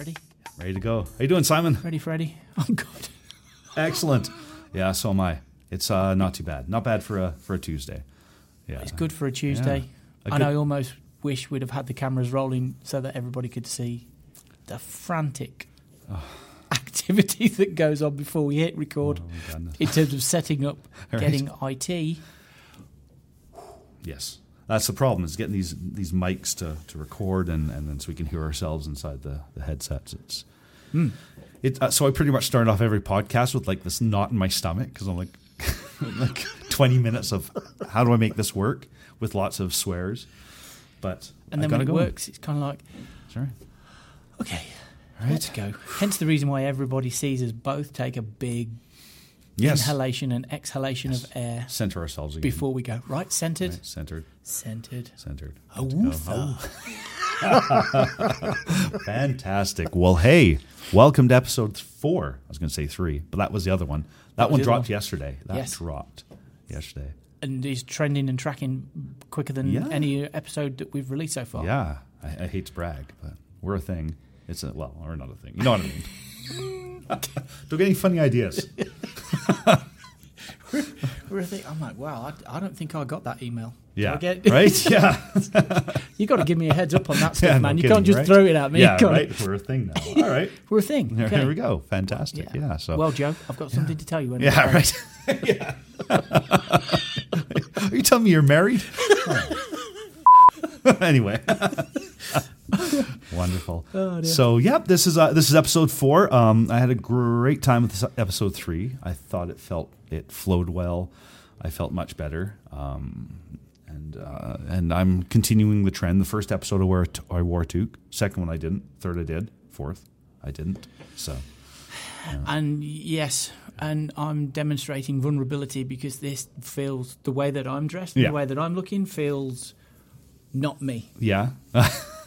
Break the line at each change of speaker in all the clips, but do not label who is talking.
Ready to go. How you doing, Simon?
Ready, Freddy? Oh God.
Excellent. Yeah, so am I. It's uh, not too bad. Not bad for a for a Tuesday. Yeah.
It's good for a Tuesday.
A
and
good-
I almost wish we'd have had the cameras rolling so that everybody could see the frantic activity that goes on before we hit record
Oh, goodness.
in terms of setting up,
Right.
getting IT.
Yes. That's the problem is getting these these mics to, to record and, and then so we can hear ourselves inside the, the headsets. It's
Hmm.
it, uh, so I pretty much start off every podcast with like this knot in my stomach because I'm like like 20 minutes of how do I make this work with lots of swears. But
And
I
then
gotta
when it
go.
works, it's kind of like,
Sorry.
okay, let's go. Hence the reason why everybody sees us both take a big
Yes.
inhalation and exhalation of air
Center ourselves again.
before we go. Right, centered,
Right, centered.
centered.
centered.
Oh,
Fantastic. Well, hey, welcome to episode four. I was going to say three, but that was the other one. That,
was
one
the
dropped
other one.
yesterday. That
Yes.
dropped yesterday.
and is trending and tracking quicker than
Yeah.
any episode that we've released so far.
Yeah, I, I hate to brag, but we're a thing. It's a well, we're not a thing. You know what I mean? Don't get any funny ideas.
Really? I'm like, wow, I, I don't think I got that email. Do
Yeah,
I get-
right. Yeah,
you got to give me a heads up on that stuff,
Yeah, no
man. you
kidding,
can't just
right?
throw it at me.
yeah,
You gotta-
right. We're a thing now. All right,
We're a thing.
there,
okay.
there we go. Fantastic. Yeah. so
Well, Joe, I've got something to tell you. when-
Yeah, right. yeah. Are you telling me you're married? anyway. Wonderful. so, yep, this is uh, this is episode four. Um, I had a great time with this episode three. I thought it felt it flowed well. I felt much better. Um, and uh, and I'm continuing the trend. The first episode I wore t- I wore a toque. Second one I didn't. Third I did. Fourth I didn't. So
And yes, and I'm demonstrating vulnerability because this feels the way that I'm dressed, and
Yeah.
the way that I'm looking feels not me.
yeah,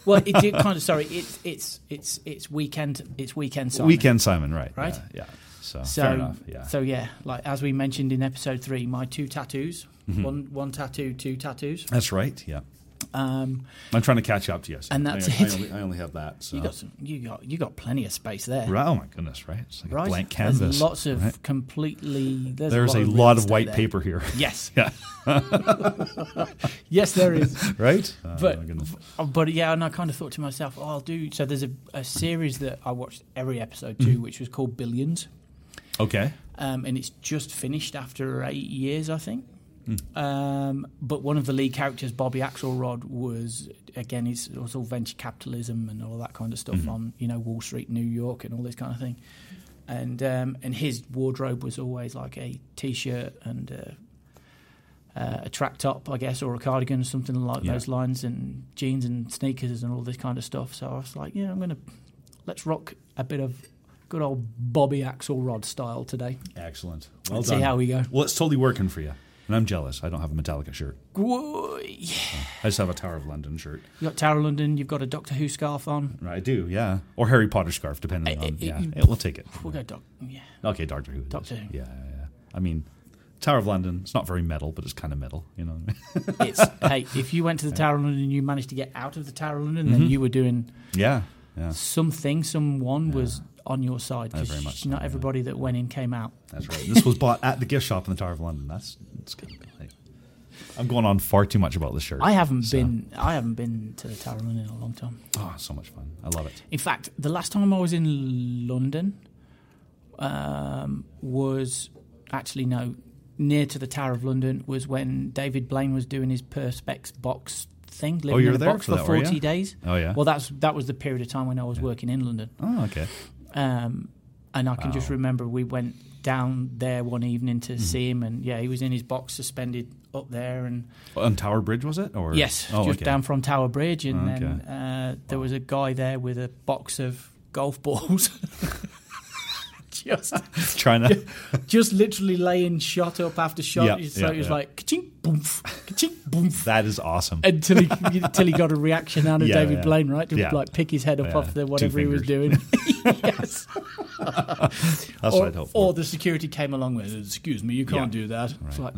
Well, it, it kind of sorry. It's it's it's it's weekend. It's weekend. Simon.
Weekend Simon, right?
Right?
Yeah. yeah. So,
So,
fair enough. Yeah.
so yeah, like as we mentioned in episode three, my two tattoos,
Mm-hmm.
one one tattoo, two tattoos.
that's right. Yeah.
Um,
I'm trying to catch up to you. so
And that's
I, I
it.
only, I only have that. So.
you got some, you got you got plenty of space there,
Oh. Right, oh my goodness! Right, it's like
right?
a blank canvas.
There's lots of
right?
completely. There's,
There's
a lot of, real estate
white
there.
paper here.
Yes,
yeah.
yes, there is.
Right. Oh,
But-
my goodness.
Oh, but yeah, and I kind of thought to myself, oh, I'll do. So there's a, a series that I watched every episode
Mm-hmm.
to, which was called Billions.
Okay.
um, and it's just finished after eight years, I think. Um, but one of the lead characters, Bobby Axelrod, was again, it's, it was all venture capitalism and all that kind of stuff on you know Wall Street, New York, and all this kind of thing. And um, and his wardrobe was always like a t-shirt and a, uh, a track top, I guess, or a cardigan or something like
Yeah.
those lines, and jeans and sneakers and all this kind of stuff. So I was like, yeah, I'm gonna let's rock a bit of good old Bobby Axelrod style today.
Excellent. Well
Let's see
done.
how we go.
Well, it's totally working for you, and I'm jealous. I don't have a Metallica shirt.
Whoa, yeah.
I just have a Tower of London shirt.
You've got Tower of London, you've got a Doctor Who scarf on.
I do, yeah. Or Harry Potter scarf, depending
I-
on.
I-
yeah,
you-
it, we'll take it.
We'll go Doc. Yeah.
Okay, Doctor Who. it is.
eh, Doctor Who.
Yeah, yeah, yeah. I mean, Tower of London. It's not very metal, but it's kind of metal. You know. What I mean?
It's, hey, if you went to the Tower of London and you managed to get out of the Tower of London,
Mm-hmm.
then you were doing
Yeah, yeah,
something, someone was on your side.
Oh, very
Because
much so,
not
yeah.
everybody that went in came out.
that's right. this was bought at the gift shop in the Tower of London. That's, that's kind of like, I'm going on far too much about this shirt.
I haven't
So-
been I haven't been to the Tower of London in a long time.
Oh, so much fun! I love it.
In fact, the last time I was in London um, was actually no near to the Tower of London was when David Blaine was doing his Perspex box thing, living
Oh, you
in
were
a
there
box
for
for,
that, were you?
forty days.
Oh, yeah?
Well, that's that was the period of time when I was working in London,
Oh, okay.
um, and I can just remember we went down there one evening to
Mm-hmm.
see him, and yeah, he was in his box suspended up there, and
On Tower Bridge was it? Or
Yes,
oh,
just
okay. Oh,
down from Tower Bridge, and
Okay.
then uh, there was a guy there with a box of golf balls, just
Trying to.
just literally laying shot up after shot.
Yeah,
so
yeah,
it was
yeah.
like ka-ching, boomf, ka-ching, boomf,
that is awesome.
until he until he got a reaction out of
Yeah,
David
yeah.
Blaine, right? To
Yeah.
like pick his head up
Yeah,
off the
two
whatever he was doing. yes,
That's
or,
what I'd hope
or
for.
the security came along with, "Excuse me, you can't
Yeah. Uh-huh. Oh.
do that." It's like,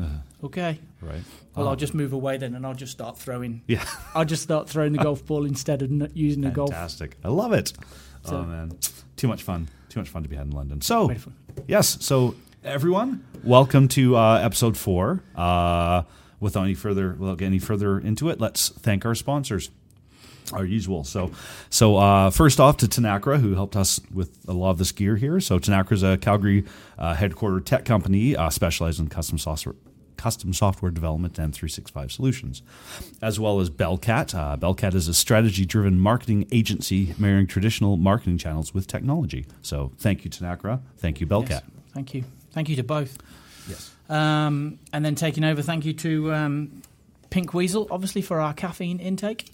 okay,
right.
well, I'll just move away then, and I'll just start throwing
Yeah.
I'll just start throwing the golf ball instead of not using a golf.
Fantastic. I love it. Oh man, too much fun. Too much fun to be had in London. So,
Wonderful.
yes. So everyone, welcome to uh, episode four. Uh, without any further, without getting any further into it, let's thank our sponsors. Our usual. So, so uh, first off to Tanakra, who helped us with a lot of this gear here. So Tanakra is a Calgary uh, headquartered tech company uh, specialized in custom software, custom software development and 365 solutions, as well as Bellcat. Uh, Bellcat is a strategy driven marketing agency marrying traditional marketing channels with technology. So thank you, Tanakra. Thank you, Bellcat.
Yes. Thank you. Thank you to both.
Yes.
Um, and then taking over, thank you to um, Pink Weasel, obviously, for our caffeine intake.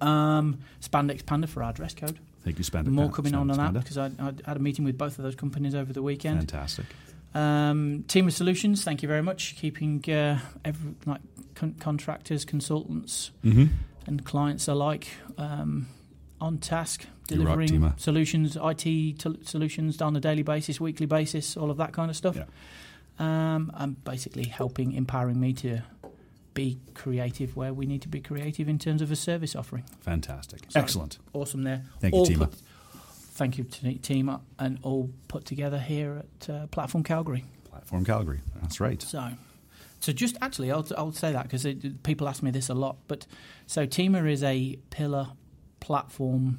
Um, Spandex Panda for our dress code.
Thank you, Spanda.
More
Pan-
coming on
Spanda-
on that
Spanda.
because I, I had a meeting with both of those companies over the weekend.
Fantastic.
Um, team of Solutions, thank you very much. Keeping uh, every, like con- contractors, consultants,
Mm-hmm.
and clients alike um, on task,
You rock,
delivering
Timo.
solutions, IT t- solutions on a daily basis, weekly basis, all of that kind of stuff.
Yeah.
Um, and basically helping, empowering me to be creative where we need to be creative in terms of a service offering.
Fantastic.
Sorry.
Excellent.
Awesome there.
Thank you,
All
Timo.
put- Thank you, T- Tima, and all put together here at uh, Platform Calgary.
Platform Calgary. That's right.
So, so just actually, I'll, I'll say that because people ask me this a lot. But so Teamer is a pillar platform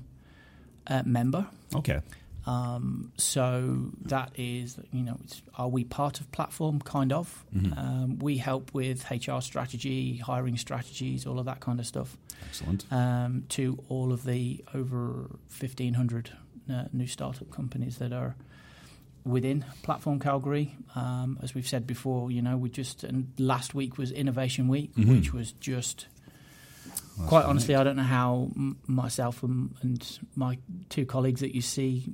uh, member.
Okay.
Um, so that is, you know, it's, are we part of platform? Kind of. Um, we help with HR strategy, hiring strategies, all of that kind of stuff
Excellent.
um, to all of the over 1,500 uh, new startup companies that are within Platform Calgary. Um, as we've said before, you know, we just, and last week was Innovation Week,
Mm-hmm.
which was just. Quite honestly, I don't know how m- myself and, and my two colleagues that you see,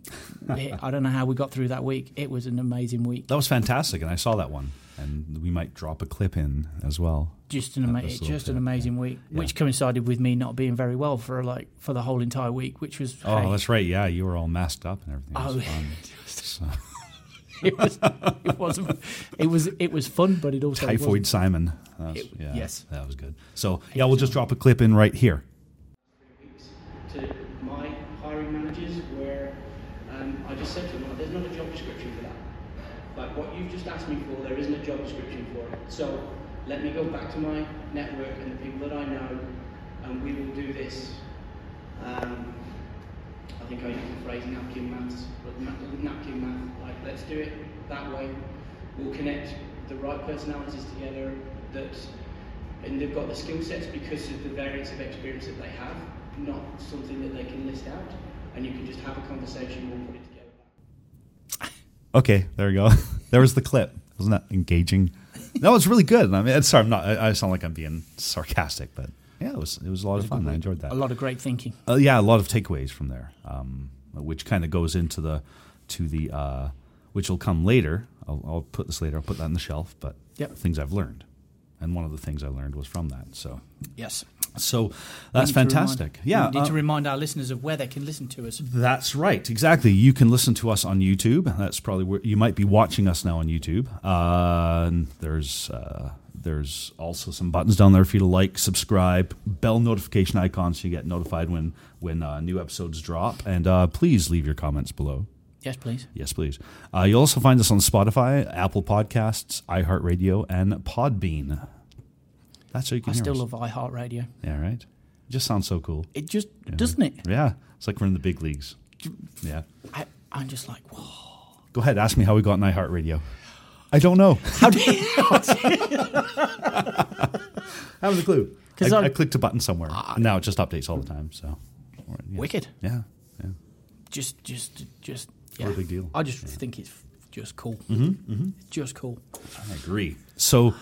I don't know how we got through that week. It was an amazing week.
That was fantastic, and I saw that one. And we might drop a clip in as well.
just an
That was
amazing,
sort of
just an
it,
amazing week, which coincided with me not being very well for like for the whole entire week, which was
Oh,
hey,
that's right. Yeah, you were all masked up and everything. It was
Oh.
fun. uh, So-
it was it wasn't it was it was fun, but it also wasn't-
Typhoid Simon. That was-
It-
yeah,
yes.
that was good. So yeah, we'll just drop a clip in right here.
to my hiring managers where um, I just said to them, well, there's not a job description for that. Like what you've just asked me for, there isn't a job description for it. So let me go back to my network and the people that I know, and we will do this. Um, I think I used the phrase napkin maths, but na- napkin math, like let's do it that way. We'll connect the right personalities together that and they've got the skill sets because of the variance of experience that they have, not something that they can list out. And you can just have a conversation, we'll put it together.
Okay, there we go. there was the clip. Wasn't that engaging? That was really good. I mean, it's- sorry, I'm not. I, I sound like I'm being sarcastic, but yeah, it was. It was a lot of fun. I enjoyed that.
a lot of great thinking.
uh, yeah, a lot of takeaways from there, um, which kind of goes into the to the uh, which will come later. I'll, I'll put this later. I'll put that on the shelf. But
Yep.
things I've learned, and one of the things I learned was from that. So
Yes,
so that's
We need to
fantastic.
remind-
yeah,
we need
uh,
to remind our listeners of where they can listen to us.
that's right. Exactly. You can listen to us on YouTube. That's probably where you might be watching us now on YouTube. Uh, and there's uh, there's also some buttons down there for you to like, subscribe, bell notification icon so you get notified when when uh, new episodes drop. And uh, please leave your comments below.
Yes, please.
Yes, please. Uh, you'll also find us on Spotify, Apple Podcasts, iHeartRadio, and Podbean. That's how you
I
can hear
still
us.
love iHeartRadio.
yeah, right. Just sounds so cool.
It just doesn't it.
Yeah, it's like we're in the big leagues. Yeah.
I, I'm just like, whoa.
Go ahead, ask me how we got in iHeartRadio. I don't know. How do I have a clue.
'Cause
I,
I'm-
I clicked a button somewhere. and now it just updates all the time. So yeah.
Wicked.
Yeah. Yeah.
Just, just, just. Yeah.
What a big deal.
I just think it's just cool. Mm-hmm, Just cool.
I agree. So,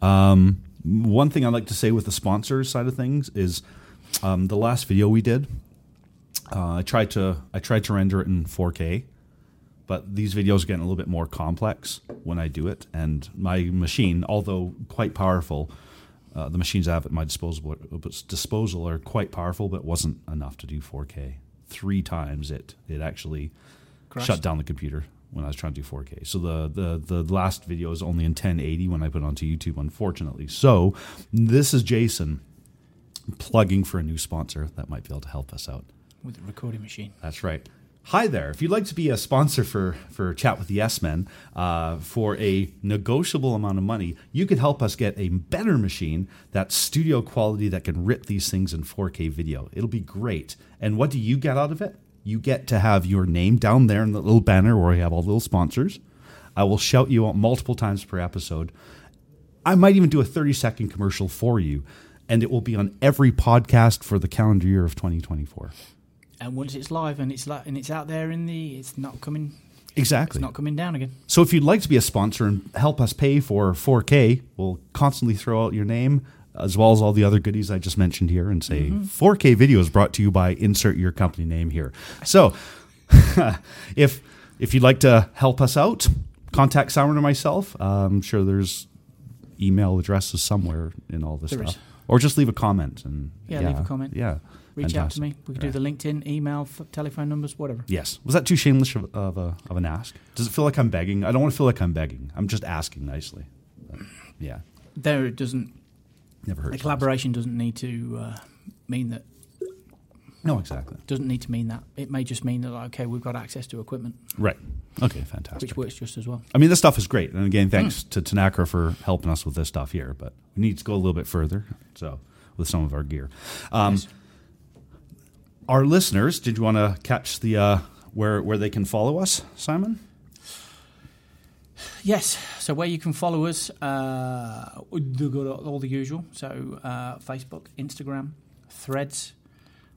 um, one thing I like to say with the sponsor side of things is um, the last video we did. Uh, I tried to I tried to render it in 4K, but these videos are getting a little bit more complex when I do it, and my machine, although quite powerful. Uh, the machines I have at my disposal disposal are quite powerful, but wasn't enough to do 4K. Three times it it actually
Crashed.
shut down the computer when I was trying to do 4K. So the, the the last video is only in 1080 when I put it onto YouTube, unfortunately. So this is Jason plugging for a new sponsor that might be able to help us out.
with the recording machine.
That's right. Hi there. If you'd like to be a sponsor for for Chat with the Yes Men uh, for a negotiable amount of money, you could help us get a better machine that's studio quality that can rip these things in 4K video. It'll be great. And what do you get out of it? You get to have your name down there in the little banner where we have all the little sponsors. I will shout you out multiple times per episode. I might even do a 30 second commercial for you, and it will be on every podcast for the calendar year of 2024.
And once it's live and it's li- and it's out there in the, it's not coming,
Exactly.
it's not coming down again.
So if you'd like to be a sponsor and help us pay for 4K, we'll constantly throw out your name as well as all the other goodies I just mentioned here and say
Mm-hmm.
4K video is brought to you by insert your company name here. So if if you'd like to help us out, contact Simon or myself. Uh, I'm sure there's email addresses somewhere in all this
There
stuff.
is.
Or just leave a comment and
Yeah, leave a comment.
Yeah.
Reach out to
Fantastic.
me. We can do the LinkedIn, email, f- telephone numbers, whatever.
Yes. Was that too shameless of, of, a, of an ask? Does it feel like I'm begging? I don't want to feel like I'm begging. I'm just asking nicely. But, yeah.
There it doesn't.
Never
The
hurt.
collaboration doesn't need to uh, mean that.
No, exactly.
Doesn't need to mean that. It may just mean that like, okay, we've got access to equipment,
Right. Okay,
which
fantastic.
works just as well.
I mean, this stuff is great. And again, thanks
Mm.
to Tanakra for helping us with this stuff here, but we need to go a little bit further. So, with some of our gear. Um,
Yes.
Our listeners, did you want to catch the uh, where, where they can follow us, Simon?
Yes. So where you can follow us, uh, they got all the usual. So uh, Facebook, Instagram, Threads,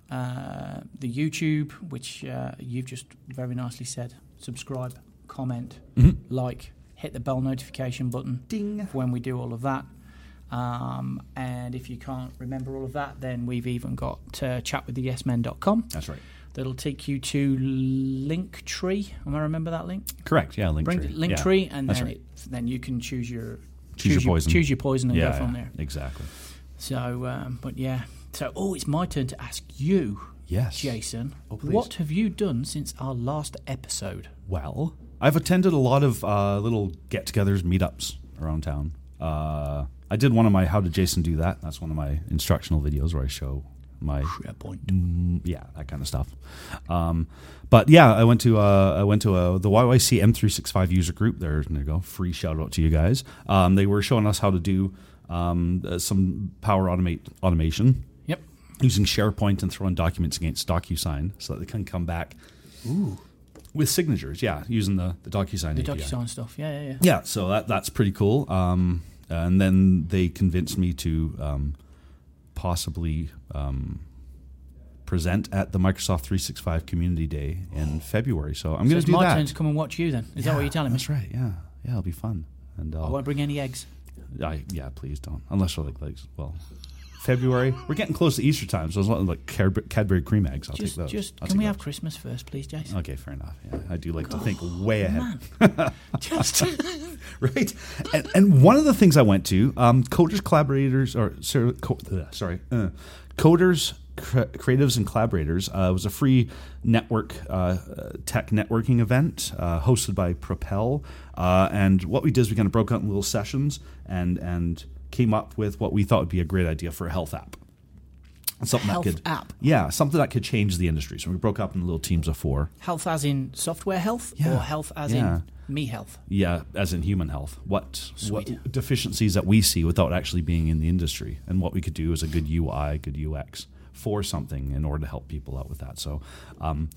uh, the YouTube, which uh, you've just very nicely said. Subscribe, comment, like, hit the bell notification button
Ding.
when we do all of that. Um, and if you can't remember all of that, then we've even got uh, chatwiththeyesmen.com.
That's right.
That'll take you to Linktree. Am I remember that link?
Correct. Yeah, Linktree.
Bring the link
Yeah.
tree, and
That's
then
right.
it, then you can choose your
Choose your poison.
choose your poison, and
yeah,
go from
yeah,
there.
Exactly.
So, um, but yeah, so oh, it's my turn to ask you,
Yes.
Jason.
Oh, please.
what have you done since our last episode?
Well, I've attended a lot of uh, little get togethers, meetups around town. Uh, I did one of my How Did Jason Do That? That's one of my instructional videos where I show my.
SharePoint.
Mm, yeah, that kind of stuff. Um, but yeah, I went to uh, I went to uh, the YYC M365 user group. There, there you go. Free shout out to you guys. Um, they were showing us how to do um, uh, some Power Automate automation
Yep.
using SharePoint and throwing documents against DocuSign so that they can come back with signatures. Yeah, using the, the DocuSign.
The
API.
DocuSign stuff. Yeah, yeah, yeah.
Yeah, so that that's pretty cool. Um, and then they convinced me to um, possibly um, present at the Microsoft 365 Community Day in February. So I'm
So
going
it's
to do
my
that.
turn to come and watch you then. Is that what you're telling me?
That's right. Yeah, yeah, it'll be fun. And
I
I'll,
won't bring any eggs.
I, yeah, please don't. Unless I like like well, February. We're getting close to Easter time, so it's not like Cadbury, Cadbury cream eggs. I'll
Just,
take those.
just
I'll
can
take
we
those.
have Christmas first, please, Jason?
Okay, fair enough. Yeah, I do like to think way ahead,
just
right? And, and one of the things I went to, um, coders, collaborators, or sorry, co- uh, sorry uh, coders, cre- creatives, and collaborators uh, was a free network uh, uh, tech networking event uh, hosted by Propel. Uh, and what we did is we kind of broke out in little sessions and and came up with what we thought would be a great idea for a health app. Something
Health
that could,
app.
yeah, something that could change the industry. So we broke up into little teams of four.
health as in software health,
Yeah.
or health as
Yeah.
in me health.
Yeah, as in human health. What, what
Sweet.
deficiencies that we see without actually being in the industry, and what we could do is a good UI, good UX for something in order to help people out with that. So, um,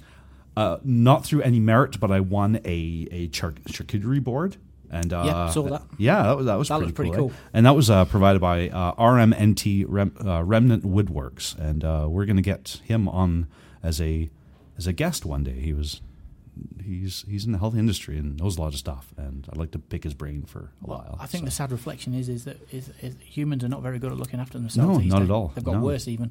uh, not through any merit, but I won a a char- charcuterie board. And uh,
Yeah, saw that.
Yeah, that was that was
That
pretty,
looked pretty
cool, eh?
cool.
And that was uh, provided by uh, RMNT Rem- uh, Remnant Woodworks, and uh, we're going to get him on as a as a guest one day. He was he's he's in the health industry and knows a lot of stuff, and I'd like to pick his brain for a while.
I think
so.
the sad reflection is is that is, is humans are not very good at looking after themselves.
No,
these
not
days.
at all.
They've got
No.
worse even.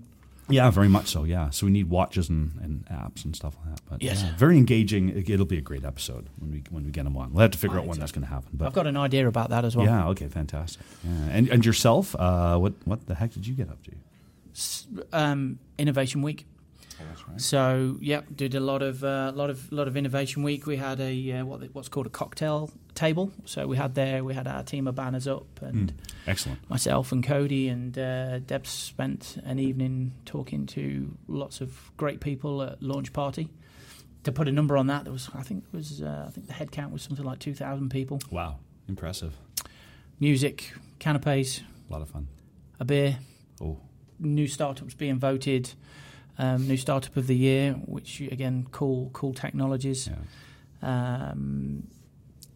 yeah, very much so. Yeah, so we need watches and, and apps and stuff like that. But
Yes.
yeah, very engaging. It- It'll be a great episode when we when we get him on. We'll have to figure out
Right.
when that's going to happen. But
I've got an idea about that as well.
yeah, okay, fantastic. Yeah. And and yourself, uh, what what the heck did you get up to?
S- Um, Innovation Week.
Oh,
That's right.
So, yep, did a lot of uh, lot of lot of innovation week. We had a uh, what what's called a cocktail table. So we had there we had our team of banners up,
Hmm.
and
Excellent.
myself and Cody and uh, Deb spent an evening talking to lots of great people at launch party. To put a number on that, there was I think it was uh, I think the head count was something like two thousand people.
Wow. Impressive.
Music, canapes,
A lot of fun.
a beer,
Oh,
new startups being voted, um, new startup of the year, which again, cool, cool technologies.
yeah.
Um,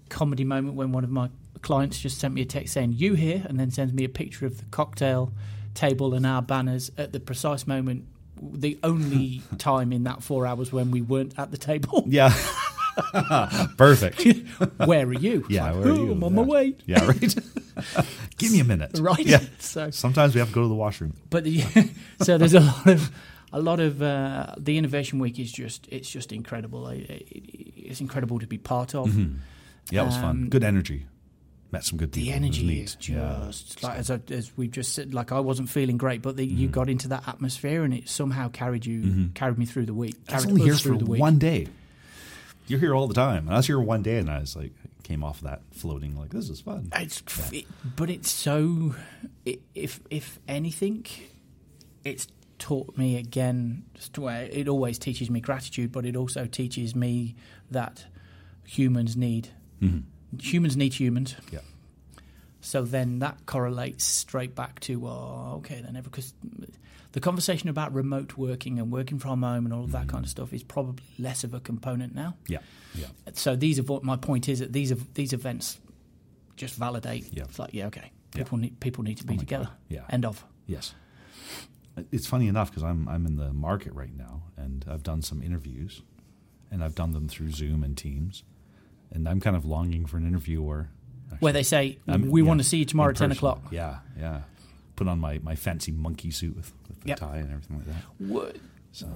comedy moment when one of my clients just sent me a text saying "you here" and then sends me a picture of the cocktail table and our banners at the precise moment. The only time in that four hours when we weren't at the table.
Yeah. Perfect.
where are you? It's
Yeah,
like,
where are
"Oh,
you?"
I'm on my
Yeah.
way.
Yeah, right. Give me a minute.
Right.
Yeah.
So
Sometimes we have to go to the washroom.
but the, so there's a lot of a lot of uh, the innovation week is just it's just incredible. I- I- it's incredible to be part of.
Hmm. Yeah, it was fun.
Um,
Good energy. Met some good people.
The
It was
energy
neat.
is
Yeah.
just like as, I, as we've just said. Like I wasn't feeling great, but the,
Mm-hmm.
you got into that atmosphere and it somehow carried you carried me through the week.
I was
Carried
Mm-hmm. only here
us
for
through the week.
one day. You're here all the time. And I was here one day, and I was like, came off that floating like this is fun.
It's, it, but it's so. i if if anything, it's taught me again. just where It always teaches me gratitude, but it also teaches me that humans need
Mm-hmm.
humans need humans.
Yeah.
So then that correlates straight back to oh, okay then because the conversation about remote working and working from home and all of that kind of stuff is probably less of a component now
Yeah. Yeah.
so these are what my point is that these are these events just validate
Yeah.
it's like yeah okay
Yeah.
people need people need to be
Oh my
together
God. Yeah.
end of
Yes. It's funny enough because I'm I'm in the market right now, and I've done some interviews, and I've done them through Zoom and Teams, and I'm kind of longing for an interview where
where they say
I'm-
we
Um, yeah,
want to see you tomorrow
in
at 10
person.
o'clock
Yeah, yeah. Put on my, my fancy monkey suit with, with the
Yep.
tie and everything like that.
Wo-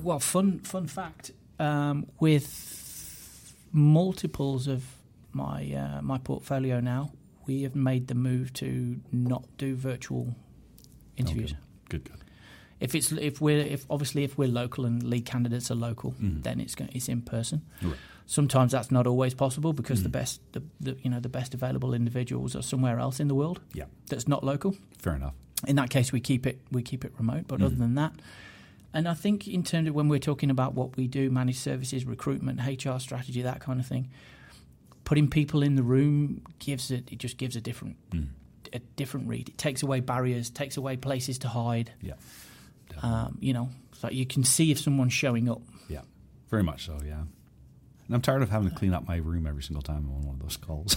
well fun fun fact um, with multiples of my uh, my portfolio now we have made the move to not do virtual interviews
Okay. Oh, Good, good.
if it's if we're if obviously if we're local and lead candidates are local
Mm,
then it's go- it's in person
Hmm. Right. Hmm.
sometimes that's not always possible because the best the, the you know the best available individuals are somewhere else in the world
Yeah,
that's not local
fair enough.
in that case we keep it we keep it remote but other than that and i think in terms of when we're talking about what we do managed services recruitment hr strategy that kind of thing putting people in the room gives it it just gives a different a different read it takes away barriers takes away places to hide
Yeah,
um, you know so you can see if someone's showing up
yeah. Very much so, yeah. And I'm tired of having to clean up my room every single time I'm on one of those calls.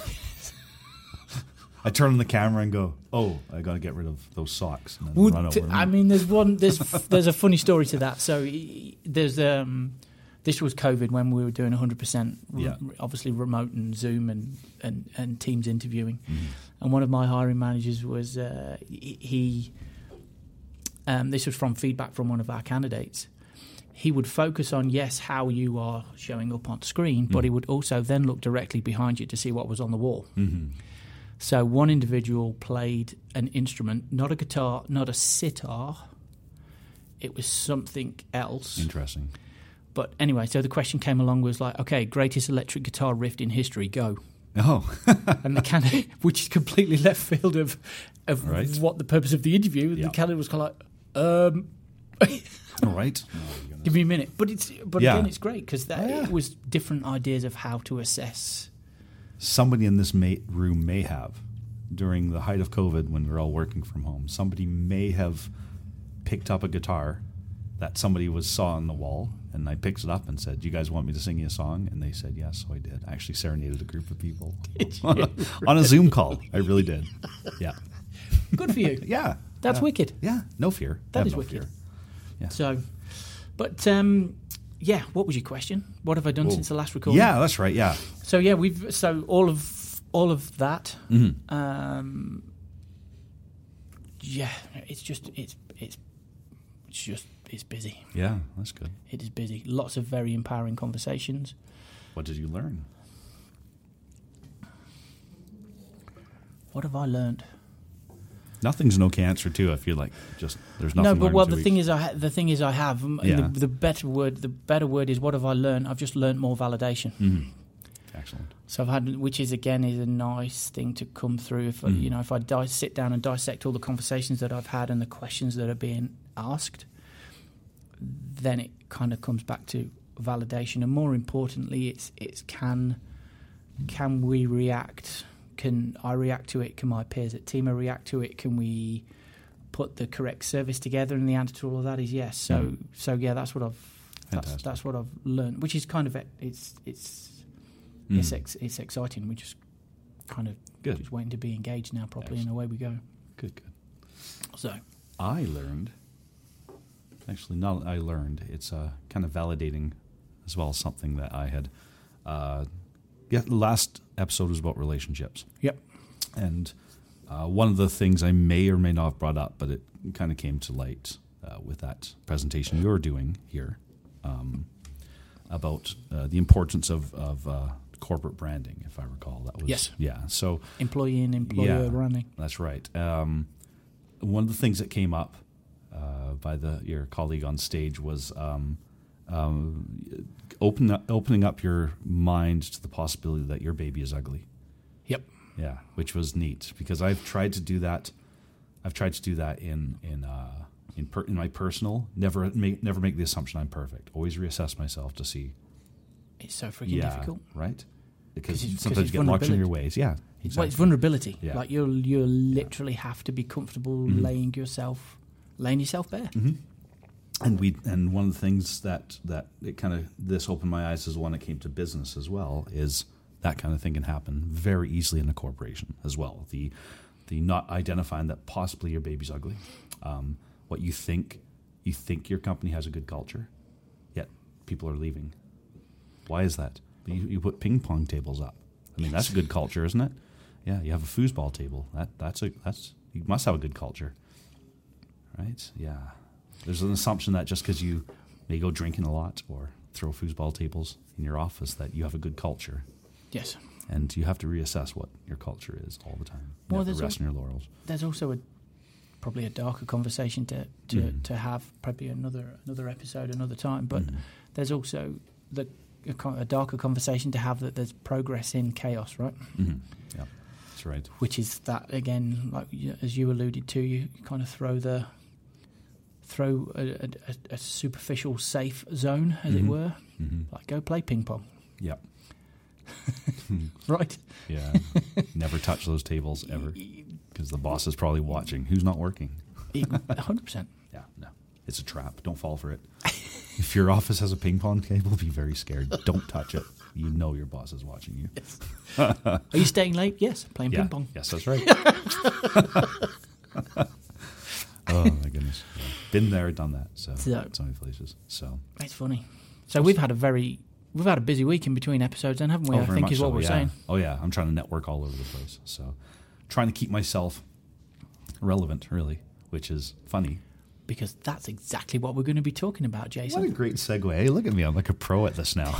I turn on the camera and go, oh, I got to get rid of those socks. And then
Would-
run over them.
I mean, there's one. There's there's a funny story to that. So e- there's um, this was COVID when we were doing 100 percent,
Yeah.
obviously remote and Zoom and and, and Teams interviewing,
Mm-hmm.
and one of my hiring managers was uh, he- he. Um, this was from feedback from one of our candidates. He would focus on yes how you are showing up on screen, but he would also then look directly behind you to see what was on the wall.
Mm-hmm.
So one individual played an instrument, not a guitar, not a sitar. It was something else.
Interesting.
But anyway, so the question came along was like, okay, greatest electric guitar riff in history, go.
Oh,
And the candidate, which is completely left field of, of
Right.
what the purpose of the interview,
Yeah.
the candidate was kind of like, um,
all right.
Oh, give me a minute. But it's but
Yeah.
again, it's great because that
Yeah.
it was different ideas of how to assess
Somebody in this ma- room may have, during the height of COVID when we were all working from home, somebody may have picked up a guitar that somebody was saw on the wall. And I picked it up and said, Do you guys want me to sing you a song? And they said, Yes. So I did. I actually serenaded a group of people on a Zoom call. I really did. Yeah.
Good for you.
Yeah.
That's
yeah.
wicked.
Yeah. No fear.
That
Have
is
no
wicked.
fear.
So, but um, yeah, what was your question? What have I done since the last recording?
Oh. Yeah, that's right. Yeah.
So yeah, we've so all of all of that.
Mm-hmm.
Um, yeah, it's just it's it's it's just it's busy.
Yeah. That's good.
It is busy. Lots of very empowering conversations.
What did you learn?
What have I learned?
Nothing's no cancer too. I feel like just there's nothing.
No, but
learned
well,
in
the
two
thing
weeks.
is, I ha- the thing is, I have m-
Yeah.
the, the better word. The better word is, what have I learned? I've just learned more validation.
Mm-hmm. excellent.
So I've had, which is again, is a nice thing to come through. If you know, if I di- sit down and dissect all the conversations that I've had and the questions that are being asked, then it kind of comes back to validation, and more importantly, it's it's can can we react? Can I react to it? Can my peers at Teamer react to it? Can we put the correct service together? And the answer to all of that is yes. So
Mhm.
so yeah, that's what I've that's,
Fantastic.
that's what I've learned, which is kind of it's it's
Mm.
it's, ex- it's exciting. We just kind of
Hmm. Good.
just waiting to be engaged now properly, and away we go.
Good, good.
So
I learned. Actually, not I learned. It's uh, kind of validating as well. Something that I had. Uh, yeah, the last episode was about relationships.
yep,
And uh, one of the things I may or may not have brought up, but it kind of came to light uh, with that presentation you're doing here um, about uh, the importance of, of uh, corporate branding, if I recall. That was
Yes.
yeah. So
employee and employer branding.
that's right. Um, one of the things that came up uh, by the your colleague on stage was um, um, open up, opening up your mind to the possibility that your baby is ugly.
Yep.
Yeah, which was neat because I've tried to do that. I've tried to do that in in uh, in, per, in my personal. Never make never make the assumption I'm perfect. Always reassess myself to see.
It's so freaking
Yeah,
difficult.
right. Because
'Cause it's- 'cause
sometimes
it's
you get locked in
vulnerability.
your ways. Yeah,
Well,
exactly.
it's vulnerability.
Yeah. Mm-hmm.
Like you, you literally have to be comfortable laying yourself, laying yourself bare.
Mm-hmm. and we and one of the things that that it kind of this opened my eyes is when it came to business as well is that kind of thing can happen very easily in a corporation as well the the not identifying that possibly your baby's ugly um, what you think you think your company has a good culture yet people are leaving why is that you, you put ping pong tables up i mean that's a good culture isn't it yeah you have a foosball table that that's a that's you must have a good culture Right? Yeah. There's an assumption that just because you may go drinking a lot or throw foosball tables in your office that you have a good culture.
Yes.
And you have to reassess what your culture is all the time.
Well,
Never
there's
rest on your laurels.
There's also a probably a darker conversation to to,
Mm.
to have probably another another episode another time. But
Mm-hmm.
there's also the a, co- a darker conversation to have that there's progress in chaos, right?
Yeah, Mm-hmm. that's right.
which is that again, like you- as you alluded to, you kind of throw the throw a, a, a- a superficial safe zone, as
Mm-hmm.
it were, like go play ping pong,
Yeah.
right?
Yeah. Never touch those tables ever because the boss is probably watching. Who's not working?
Hundred percent.
Yeah, no. It's a trap. Don't fall for it. if your office has a ping pong table, be very scared. Don't touch it. You know your boss is watching you.
Are you staying late? Yes, playing
Yeah.
ping pong.
Yes, that's right. oh my goodness, Yeah. been there, done that. So
So-
so many places. So
It's funny. So we've had a very we've had a busy week in between episodes, then haven't we?
Oh,
I
very
think
much
is what
so,
we're
yeah.
saying.
Oh yeah, I'm trying to network all over the place. So trying to keep myself relevant, really, which is funny.
Because that's exactly what we're going to be talking about,
What a
Jason.
great segue! Hey, look at me, I'm like a pro at this now.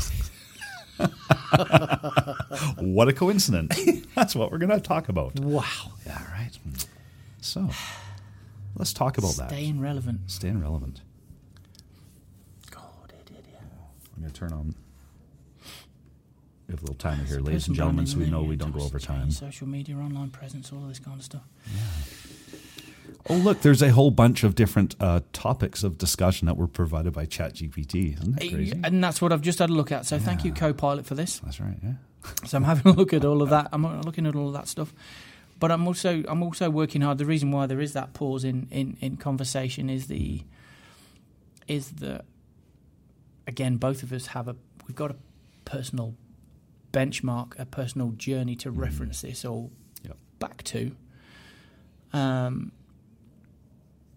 what a coincidence! That's what we're going to talk about.
Wow.
Yeah, all right. Hmm. So let's talk about that.
Staying relevant.
Staying relevant.
God, idiot.
I'm going to turn on. We have a little timer here,
So
ladies
person
and gentlemen,
branding,
so we
then
know
you
we
have
don't go
to
over
change
time.
Social media, online presence, all of this kind of stuff.
Oh, look, there's a whole bunch of different uh, topics of discussion that were provided by ChatGPT. Isn't that crazy?
And that's what I've just had a look at. So thank you, Copilot, for this.
That's right, yeah.
So I'm having a look at all of that. I'm looking at all of that stuff, but I'm also I'm also working hard. The reason why there is that pause in in, in conversation is the is that again both of us have a we've got a personal benchmark, a personal journey to reference this all
Yep.
back to. Um,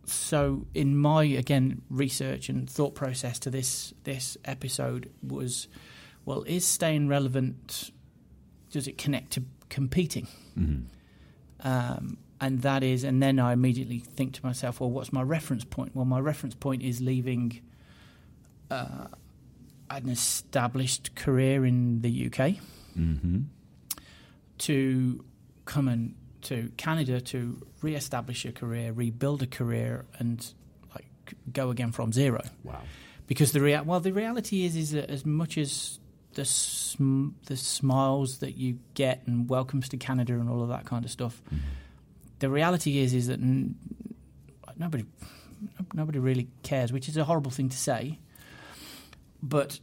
so in my again research and thought process to this this episode was well is staying relevant does it connect to competing
Mm-hmm.
um, and that is and then i immediately think to myself well what's my reference point well my reference point is leaving uh, an established
Mm-hmm.
career in the uk to come and to Canada to re-establish a career, rebuild a career, and like go again from zero.
Wow.
Because the rea- well, the reality is is that as much as the sm- the smiles that you get and welcomes to Canada and all of that kind of stuff, the reality is is that n- nobody nobody really cares, which is a horrible thing to say. But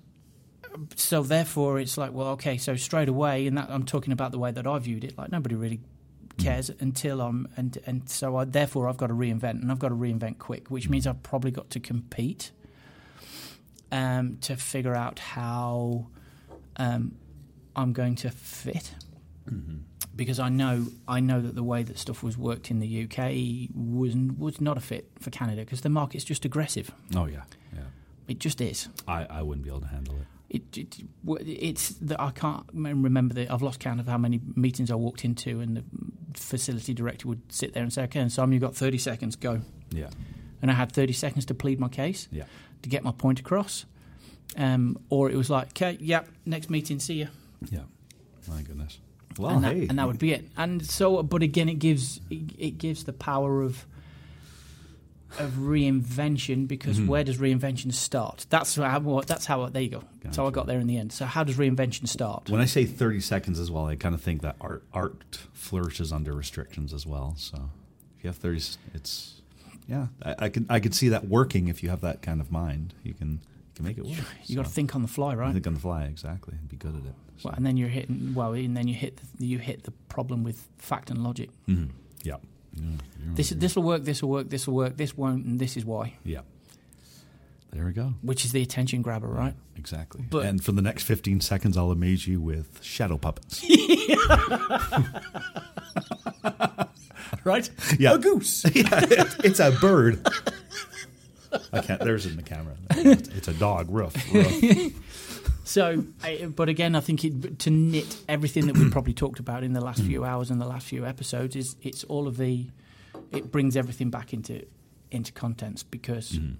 so therefore it's like well okay so straight away and that i'm talking about the way that i viewed it like nobody really
Mm.
cares until i'm and and so I, therefore i've got to reinvent and i've got to reinvent quick which means i've probably got to compete um, to figure out how um, i'm going to fit
Mm-hmm.
because i know i know that the way that stuff was worked in the uk was was not a fit for canada because the market's just aggressive
Oh yeah, yeah.
it just is
I, I wouldn't be able to handle it.
it, it w- it's that I can't m- remember that I've lost count of how many meetings I walked into, and the facility director would sit there and say, "Okay, and Simon, you've got thirty seconds, go."
Yeah,
And I had thirty seconds to plead my case
yeah.
to get my point across, um, or it was like, "Okay, yep, next meeting, see you."
Yeah. My goodness. Well,
and, that,
hey.
and that would be it. And so, but again, it gives it, it gives the power of of reinvention because
Mm-hmm.
where does reinvention start? That's how. well, That's how. There you go. That's how I got there in the end. So, how does reinvention start?
when I say 30 seconds as well, I kind of think that art art flourishes under restrictions as well. So if you have 30, s- it's yeah, I, I can I can see that working if you have that kind of mind. You can you can make it work.
You got to
So,
think on the fly,
I
right?
think on the fly exactly and be good at it. So,
Well, and then you're hitting well, and then you hit the, you hit the problem with fact and logic.
mhm. Yeah. Yeah. you're
This
right.
this will work. This will work. This will work. This won't, and this is why.
yeah. There we go.
Which is the attention grabber, right?
Exactly.
But-
and for the next 15 seconds, I'll amaze you with shadow puppets.
Right?
Yeah.
A goose.
yeah, it, it's a bird. I can't. There's in the camera. It's, it's a dog. Roof. roof.
so, I, but again, I think it, to knit everything that we've probably talked about in the last
Mm-hmm.
few hours and the last few episodes is it's all of the it brings everything back into into contents because.
Mm-hmm.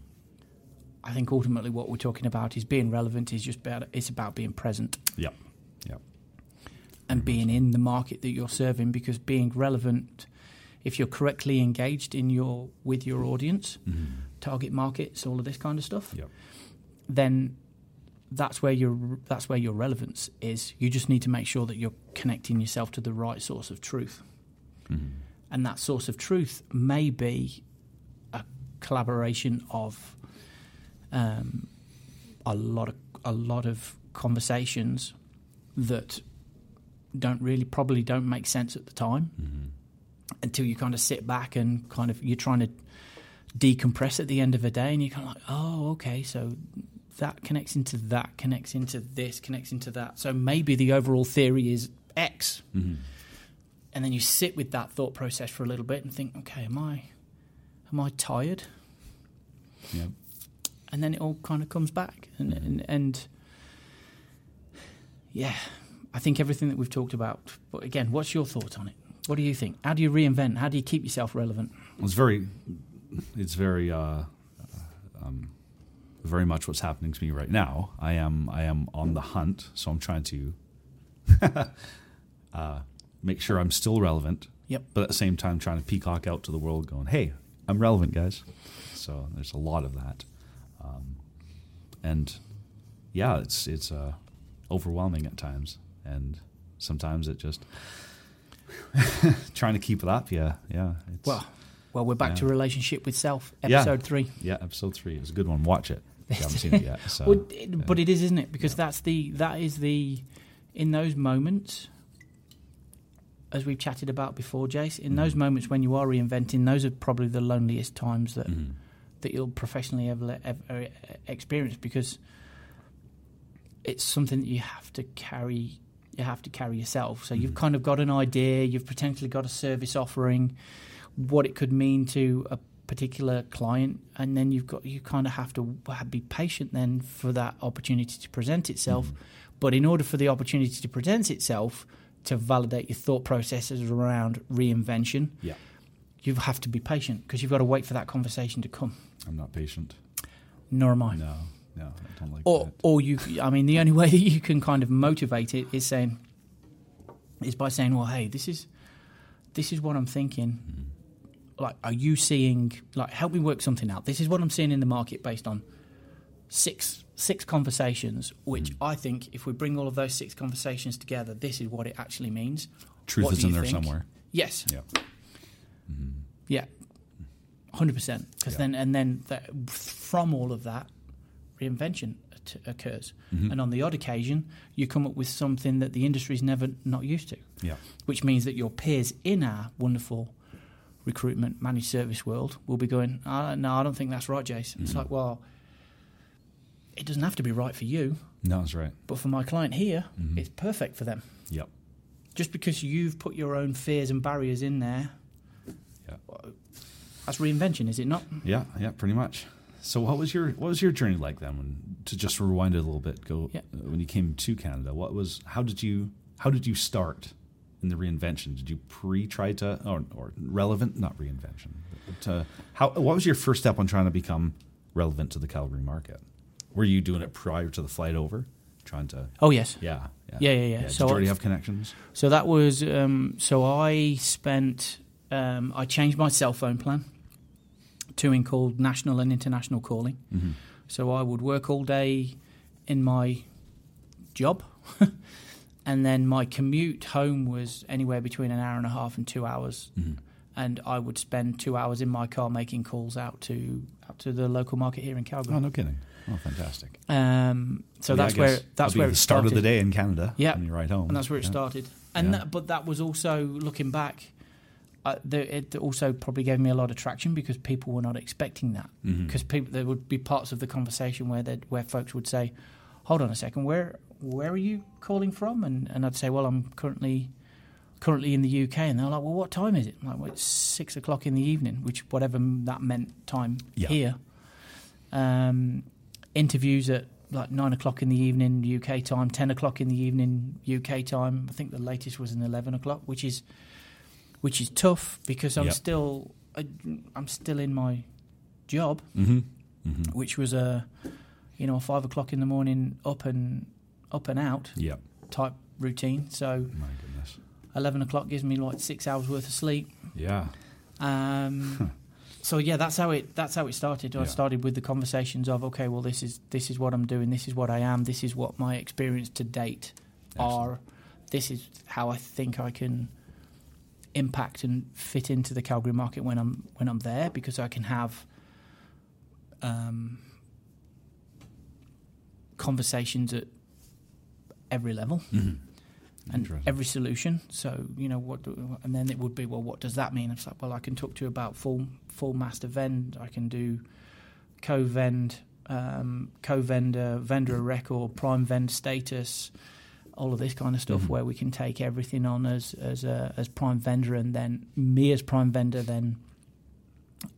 I think ultimately what we're talking about is being relevant is just about it's about being present.
Yep. Yep.
and being in the market that you're serving because being relevant if you're correctly engaged in your with your audience target markets all of this kind of stuff
Mm-hmm. Yep.
then that's where your that's where your relevance is you just need to make sure that you're connecting yourself to the right source of truth
Mm-hmm.
and that source of truth may be a collaboration of um, a lot of a lot of conversations that don't really probably don't make sense at the time
Mm-hmm.
until you kind of sit back and kind of you're trying to decompress at the end of a day and you're kind of like oh okay so that connects into that connects into this connects into that so maybe the overall theory is x
Mm-hmm.
and then you sit with that thought process for a little bit and think okay am i am i tired
Yep.
and then it all kind of comes back and and, and yeah i think everything that we've talked about but again what's your thought on it what do you think how do you reinvent how do you keep yourself relevant
It's very. It's very. Uh, um, very much what's happening to me right now. I am. I am on the hunt, so I'm trying to. uh, make sure I'm still relevant.
Yep.
But at the same time, trying to peacock out to the world, going, "Hey, I'm relevant, guys." So there's a lot of that, um, and yeah, it's it's uh, overwhelming at times, and sometimes it just trying to keep it up. Yeah, yeah. It's,
well well we're back
Yeah.
to relationship with self
Yeah.
episode 3
yeah, episode three is a good one. Watch it. If you haven't seen it yet, so
Well, it- but it is isn't it because that's the that is the in those moments as we've chatted about before jace in those moments when you are reinventing those are probably the loneliest times that
Mm-hmm.
that you'll professionally ever, le- ever uh, experience because it's something that you have to carry you have to carry yourself so you've kind of got an idea you've potentially got a service offering what it could mean to a particular client and then you've got you kind of have to ha- be patient then for that opportunity to present itself
Mm-hmm.
but in order for the opportunity to present itself to validate your thought processes around reinvention
yeah,
you have to be patient because you've got to wait for that conversation to come
I'm not patient.
nor am i
No, no, I don't like
or
that.
or you i mean the only way that you can kind of motivate it is saying is by saying well hey this is this is what I'm thinking. Like, are you seeing? Like, help me work something out. This is what I'm seeing in the market based on six six conversations. Which I think, if we bring all of those six conversations together, this is what it actually means.
Truth
What
is
do
in
you
there
think?
somewhere.
Yes.
Yeah.
Yeah, hundred percent. Because
Yeah.
then, and then that, from all of that, reinvention t- occurs. And on the odd occasion, you come up with something that the industry's never not used to,
Yeah.
which means that your peers in our wonderful recruitment managed service world will be going, ah, "No, I don't think that's right, Jace." It's like, well, it doesn't have to be right for you,
No, that's right.
but for my client here, it's perfect for them
Yep.
just because you've put your own fears and barriers in there,
Yeah.
that's reinvention, is it not?
Yeah. Yeah. Pretty much. So what was your what was your journey like then? When to just rewind it a little bit, go
Yeah.
uh, when you came to Canada. What was how did you how did you start in the reinvention? Did you pre try to or, or relevant not reinvention? But, uh, how what was your first step on trying to become relevant to the Calgary market? Were you doing it prior to the flight over, trying to
Oh yes.
yeah yeah
Yeah, yeah, yeah.
Did
So
you already
I-
have connections?
So that was um, so I spent um, I changed my cell phone plan to include national and international calling.
Mm-hmm.
So I would work all day in my job, and then my commute home was anywhere between an hour and a half and two hours.
Mm-hmm.
And I would spend two hours in my car making calls out to out to the local market here in Calgary.
Oh no kidding! Oh fantastic!
Um, so
Yeah,
that's
I
where
guess
that's
that'll be
where
the
it
start
started.
of the day in Canada.
Yeah.
when you ride home,
and that's where it
Yeah.
started. And
Yeah.
that, but that was also looking back. Uh, the, it also probably gave me a lot of traction because people were not expecting that.
Mm-hmm.
Because people, there would be parts of the conversation where they'd- where folks would say, "Hold on a second, where where are you calling from?" And and I'd say, "Well, I'm currently currently in the UK," and they're like, "Well, what time is it?" I'm like, well, it's six o'clock in the evening, which whatever that meant time
Yeah.
here. Um, interviews at like nine o'clock in the evening UK time, ten o'clock in the evening UK time. I think the latest was an eleven o'clock, which is which is tough because I'm
Yep.
still I, I'm still in my job,
Mm-hmm.
which was a you know a five o'clock in the morning up and up and out
Yeah,
type routine. So
my goodness.
eleven o'clock gives me like six hours worth of sleep.
Yeah,
Um, so yeah, that's how it that's how it started. I
Yeah.
started with the conversations of okay, well this is this is what I'm doing, this is what I am, this is what my experience to date are, this is how I think I can impact and fit into the Calgary market when I'm when I'm there because I can have um, conversations at every level and
Interesting.
every solution. So you know what, do, and then it would be well, what does that mean? It's like well, I can talk to you about full full master vend. I can do co vend, um, co vendor, vendor of record, prime vend status, all of this kind of stuff, where we can take everything on as as a, as prime vendor, and then me as prime vendor then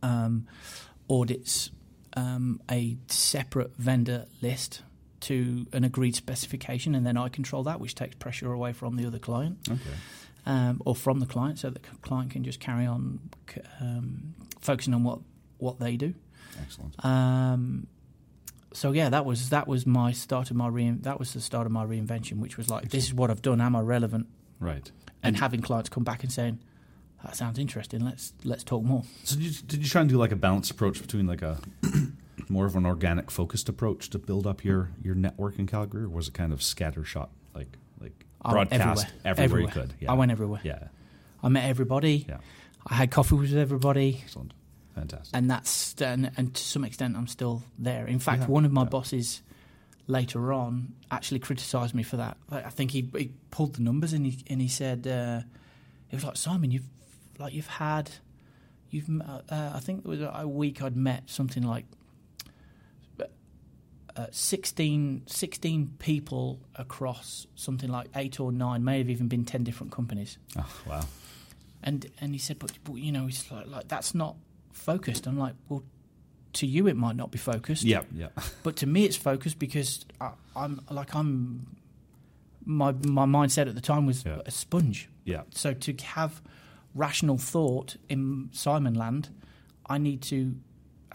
um, audits um, a separate vendor list. To an agreed specification, and then I control that, which takes pressure away from the other client
okay.
um, or from the client, so the c- client can just carry on c- um, focusing on what what they do.
Excellent.
Um, so yeah, that was that was my start of my rein, that was the start of my reinvention, which was like this is what I've done. Am I relevant?
Right.
And having clients come back and saying that sounds interesting. Let's let's talk more.
So did you, did you try and do like a balanced approach between like a more of an organic focused approach to build up your your network in Calgary, or was it kind of scattershot like like
I went
broadcast
everywhere.
everywhere, you
Everywhere.
could?
I went everywhere.
Yeah.
I met everybody.
Yeah.
I had coffee with everybody.
Excellent. Fantastic.
and that's and, and to some extent I'm still there. In fact,
Yeah.
one of my
Yeah.
bosses later on actually criticised me for that. I I think he, he pulled the numbers and he and he said uh, it was like Simon, you've like you've had you've m- uh, uh, I think it was a week I'd met something like. Uh, 16, 16 people across something like eight or nine, may have even been 10 different companies.
oh, wow.
And and he said, but, but you know, he's like, like that's not focused. I'm like, well, to you it might not be focused.
Yeah. Yeah.
But to me, it's focused because I, I'm like I'm. My my mindset at the time was
Yeah.
a sponge.
Yeah.
So to have rational thought in Simon Land, I need to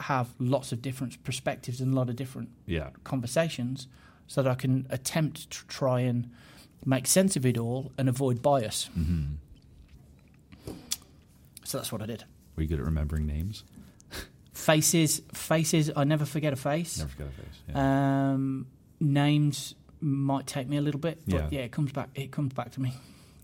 have lots of different perspectives and a lot of different
Yeah.
conversations so that I can attempt to
Mm-hmm.
try and make sense of it all and avoid bias. So that's what I did.
Were you good at remembering names?
Faces, faces. I never forget a face.
Never forget a face. Yeah.
Um, names might take me a little bit, but
Yeah.
yeah. it comes back. It comes back to me.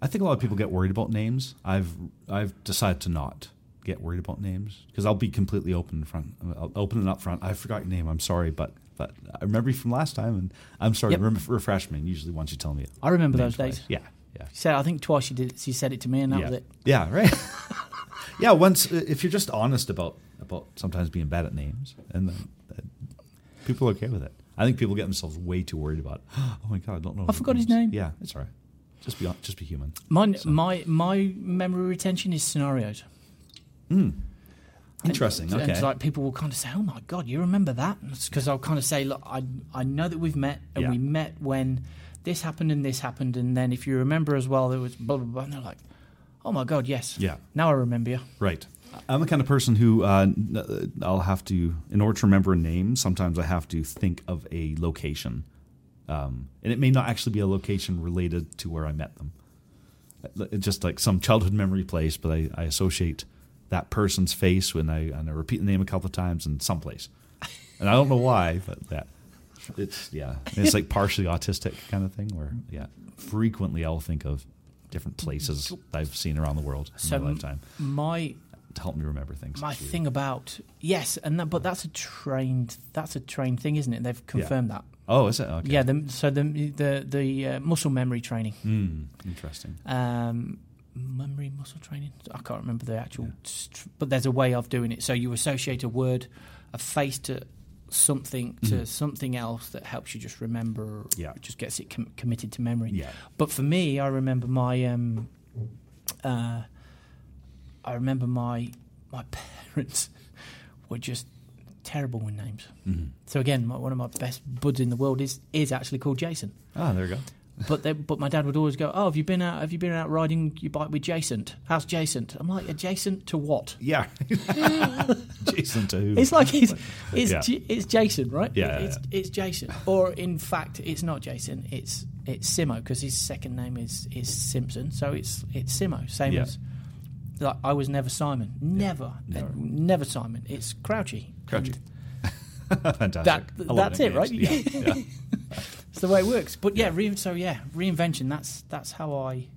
I think a lot of people get worried about names. I've I've decided to not get worried about names because I'll be completely open in front, I'll open and up front. I forgot your name. I'm sorry, but but I remember you from last time, and I'm sorry.
Yep.
Rem- refresh me. Usually, once you tell me, it,
I remember
the
those
name
days.
twice. Yeah, yeah,
She said, I think twice she did. it. She said it to me, and that
yeah,
was it.
yeah. Right. yeah. Once uh, if you're just honest about about sometimes being bad at names, and then uh, people are okay with it. I think people get themselves way too worried about. Oh my god, I don't know.
I forgot his
name's-"
name.
Yeah, it's all right. Just be hon- just be human.
My my my memory retention is scenarios.
Interesting.
And
Okay.
it's like people will kind of say, "Oh my god, you remember that?" Because I'll kind of say, "Look, I I know that we've met, and
Yeah.
we met when this happened and this happened, and then if you remember as well, there was blah blah blah." And they're like, "Oh my god, yes,
Yeah.
now I remember you."
Right. I'm the kind of person who uh, n- I'll have to, in order to remember a name, sometimes I have to think of a location. Um, and it may not actually be a location related to where I met them. Uh, It's just like some childhood memory place, but I, I associate that person's face when I, and I repeat the name a couple of times in some place. And I don't know why, but that. It's yeah. It's like partially autistic kind of thing where yeah. Frequently I'll think of different places I've seen around the world in
So
my lifetime
my
to help me remember things.
my
It's weird.
thing about yes, and that, but that's a trained that's a trained thing, isn't it? They've confirmed that.
Oh, is it? Okay.
Yeah, the, so the the the uh, muscle memory training,
Mm, interesting.
um, memory muscle training. I can't remember the actual, st- but there's a way of doing it. So you associate a word, a face to something to something else that helps you just remember.
Mm-hmm. Yeah.
just gets it com- committed to memory.
Yeah.
But for me, I remember my um, uh, I remember my my parents were just terrible with names.
Mm-hmm.
So again, my, one of my best buds in the world is is actually called Jason.
Ah, there we go.
But they, but my dad would always go, "Oh, have you been out? Have you been out riding your bike with Jason? How's Jason?" I'm like, "Adjacent to what?"
Yeah. Jason to who?
It's like he's it's
Yeah.
J- it's Jason, right?
Yeah,
it's, it's Jason. Or in fact, it's not Jason. It's it's Simo because his second name is is Simpson. So it's it's Simo. Same
Yeah.
as like I was never Simon, never,
never.
uh, never Simon. It's Crouchy.
Crouchy.
And
Fantastic.
That,
I love
that's it,
nicknames.
right?
Yeah. yeah.
It's the way it works. But yeah, re- so yeah, reinvention. That's that's how I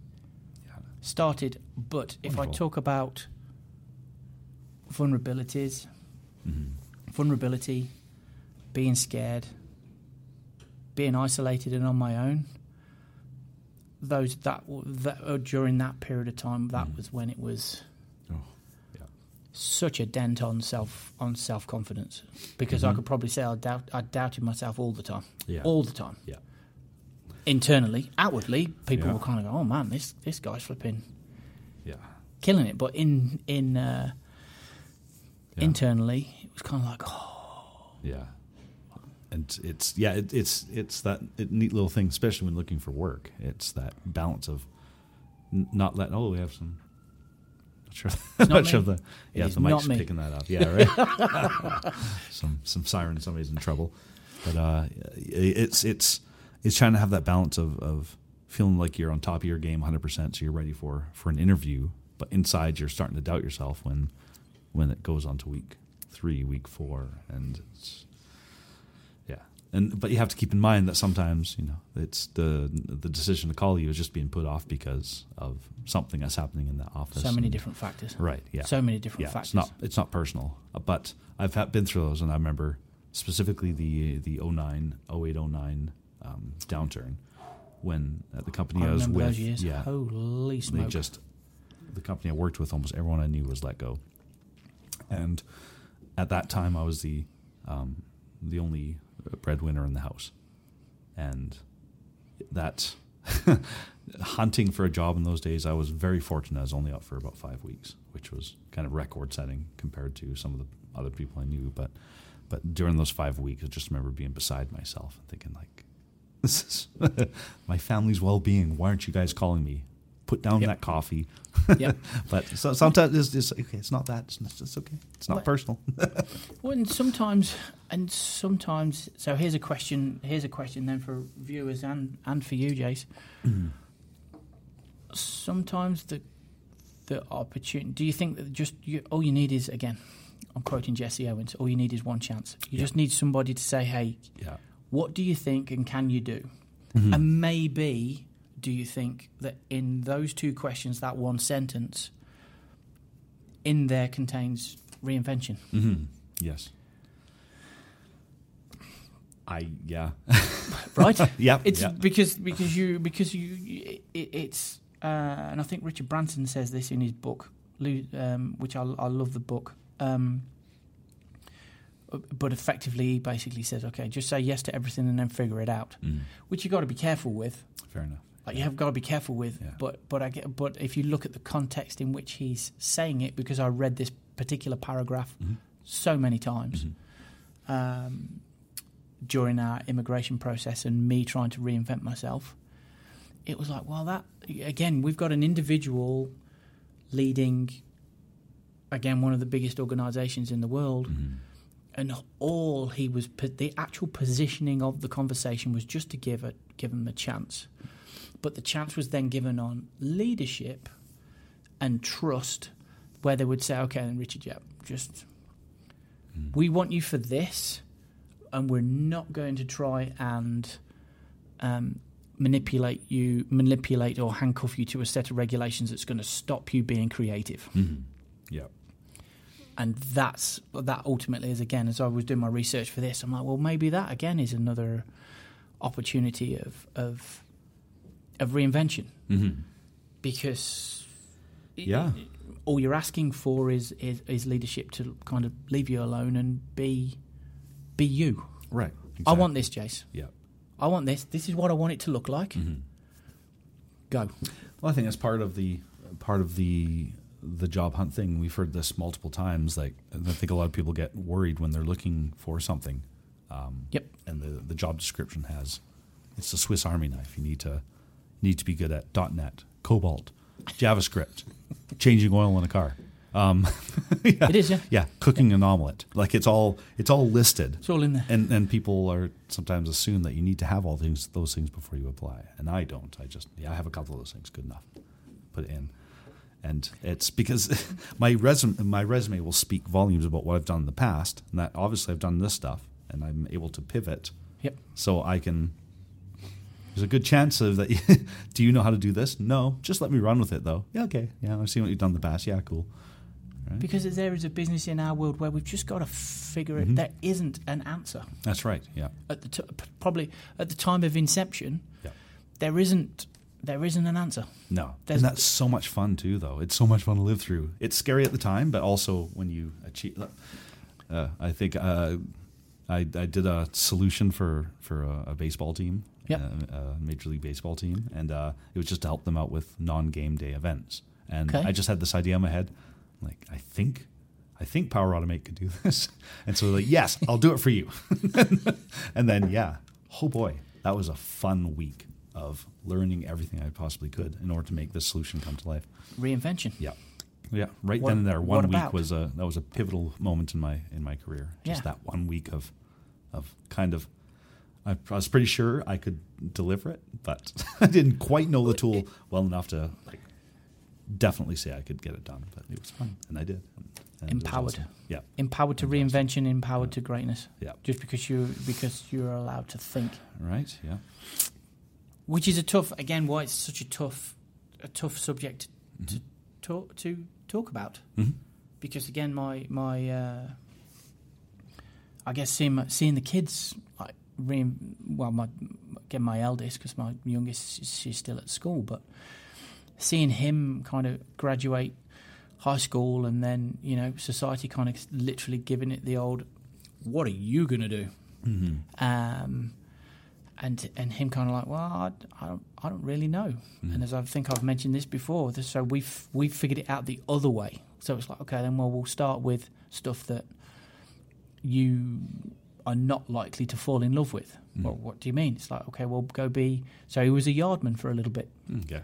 started. But if
Wonderful.
I talk about vulnerabilities,
Mm-hmm.
vulnerability, being scared, being isolated and on my own, those that, w- that uh, during that period of time, that was when it was
Mm. Oh, yeah.
such a dent on self on self confidence because I could probably say I doubt I doubted myself all the time,
Mm-hmm. Yeah.
all the time
Yeah.
internally, outwardly, people
Yeah.
will kind of go, "Oh man, this this guy's flipping
Yeah.
killing it." But in in uh,
Yeah.
internally, it was kind of like, "Oh,
Yeah. And it's yeah, it, it's it's that neat little thing, especially when looking for work. It's that balance of n- not letting. Oh, we have some. Not sure. Not,
not
sure
me.
the yeah,
is
the mic's
not me.
picking that up. Yeah, right. some some siren. Somebody's in trouble. But uh, it's it's it's trying to have that balance of of feeling like you're on top of your game, hundred percent, so you're ready for for an interview. But inside, you're starting to doubt yourself when when it goes on to week three, week four, and it's, yeah. And but you have to keep in mind that sometimes you know it's the the decision to call you is just being put off because of something that's happening in the office.
so many
and-
different factors,
Right. Yeah.
So many different
yeah.
factors."
It's not. It's not personal. uh, But I've had, been through those, and I remember specifically the the 09, 08, 09 um, downturn when uh, the company
I
I, was
remember
with.
those years.
Yeah.
Holy
They
smoke!
just the company I worked with, almost everyone I knew was let go, and at that time I was the um, the only uh, breadwinner in the house, and that hunting for a job in those days, I was very fortunate. I was only out for about five weeks, which was kind of record setting compared to some of the other people I knew. But but during those five weeks, I just remember being beside myself and thinking like, this is my family's well being. Why aren't you guys calling me? Put down
Yep.
that coffee.
Yep.
but so, sometimes it's, it's okay. It's not that. It's, not- it's okay. It's not
What-
personal.
Well, and sometimes, and sometimes. So here's a question. Here's a question then for viewers and and for you, Jace. Sometimes the the opportunity? Do you think that just you, all you need is again? I'm quoting Jesse Owens. All you need is one chance. You just need somebody to say, "Hey,
Yeah. Um,
what do you think and can you do? And maybe do you think that in those two questions, that one sentence, in there contains reinvention?
Yes. I yeah.
right?
Yeah,
It's
yeah.
because because you because you it, it's uh, and I think Richard Branson says this in his book, Lo- um, which I I love the book. Um, but effectively, he basically says, okay, just say yes to everything and then figure it out, which you've got to be careful with.
Mm-hmm. Fair enough.
Like you have got to be careful with,
Yeah.
but but I get, but if you look at the context in which he's saying it, because I read this particular paragraph so many times um, during our immigration process and me trying to reinvent myself, it was like, well, that again, we've got an individual leading again one of the biggest organisations in the world,
Mm-hmm.
and all he was po- the actual positioning of the conversation was just to give a give him a chance but the chance was then given on leadership and trust, where they would say, "Okay, then Richard, yeah, just we want you for this, and we're not going to try and um, manipulate you, manipulate or handcuff you to a set of regulations that's going to stop you being creative."
Mm-hmm. Yeah.
and that's that ultimately is again as I was doing my research for this, I'm like, well, maybe that again is another opportunity of of of reinvention
Mm-hmm.
because
Yeah.
all you're asking for is, is is leadership to kind of leave you alone and be be you.
Right.
I want this, Jace.
Yeah. Mm.
I want this. This is what I want it to look like.
Mm-hmm.
Go.
Well, I think that's part of the part of the the job hunt thing. We've heard this multiple times. Like, and I think a lot of people get worried when they're looking for something, Um,
Yep.
and the the job description has it's a Swiss Army knife. You need to need to be good at .NET, Cobalt, JavaScript, changing oil in a car. Um,
It is. Yeah.
yeah, cooking an omelet. Like it's all it's all listed.
It's all in there.
and and people are sometimes assume that you need to have all things those things before you apply, and I don't. I just yeah, I have a couple of those things. Good enough. Put it in, and it's because my resume my resume will speak volumes about what I've done in the past, and that obviously I've done this stuff, and I'm able to pivot,
Yep.
so I can. There's a good chance of that. do you know how to do this? No. Just let me run with it, though. Yeah, okay. Yeah, I've seen what you've done in the past. Yeah, cool.
Because there is a business in our world where we've just got to figure
Mm-hmm.
it. There isn't an answer.
That's right. Yeah.
at the t- p- probably at the time of inception,
Yeah.
there isn't there isn't an answer.
No.
There's-
and that's so much fun too, though. It's so much fun to live through. It's scary at the time, but also when you achieve. Uh, I think uh, I, I did a solution for for a, a baseball team,
Yep.
uh, a major league baseball team, and uh, it was just to help them out with non game day events. And
Okay.
I just had this idea in my head, like I think. I think Power Automate could do this, and so like, yes, I'll do it for you. And then, yeah, oh boy, that was a fun week of learning everything I possibly could in order to make this solution come to life.
Reinvention.
Yeah, yeah, right
What-
then and there.
what
One week
about?
was a that was a pivotal moment in my in my career. Just
Yeah.
that one week of of kind of. I I was pretty sure I could deliver it, but I didn't quite know the tool well enough to like definitely say I could get it done. But it was fun, and I did. And it was
Empowered.
awesome. Yeah,
Empowered to reinvention, empowered to greatness.
Yeah.
Just because you because you're allowed to think,
right. Yeah,
which is a tough again. Why it's such a tough a tough subject
Mm-hmm.
to talk to talk about. Because again, my my uh, I guess seeing my, seeing the kids like rein, well my again my eldest because my youngest she's- she's still at school but seeing him kind of graduate high school and then you know society kind of literally giving it the old what are you going to do
Mm-hmm.
um and and him kind of like well I, I don't I don't really know and as I think I've mentioned this before th- so we've we've figured it out the other way so it's like okay then well we'll start with stuff that you are not likely to fall in love with
Mm.
well what do you mean it's like okay well go be so he was a yardman for a little bit
Mm-hmm. okay,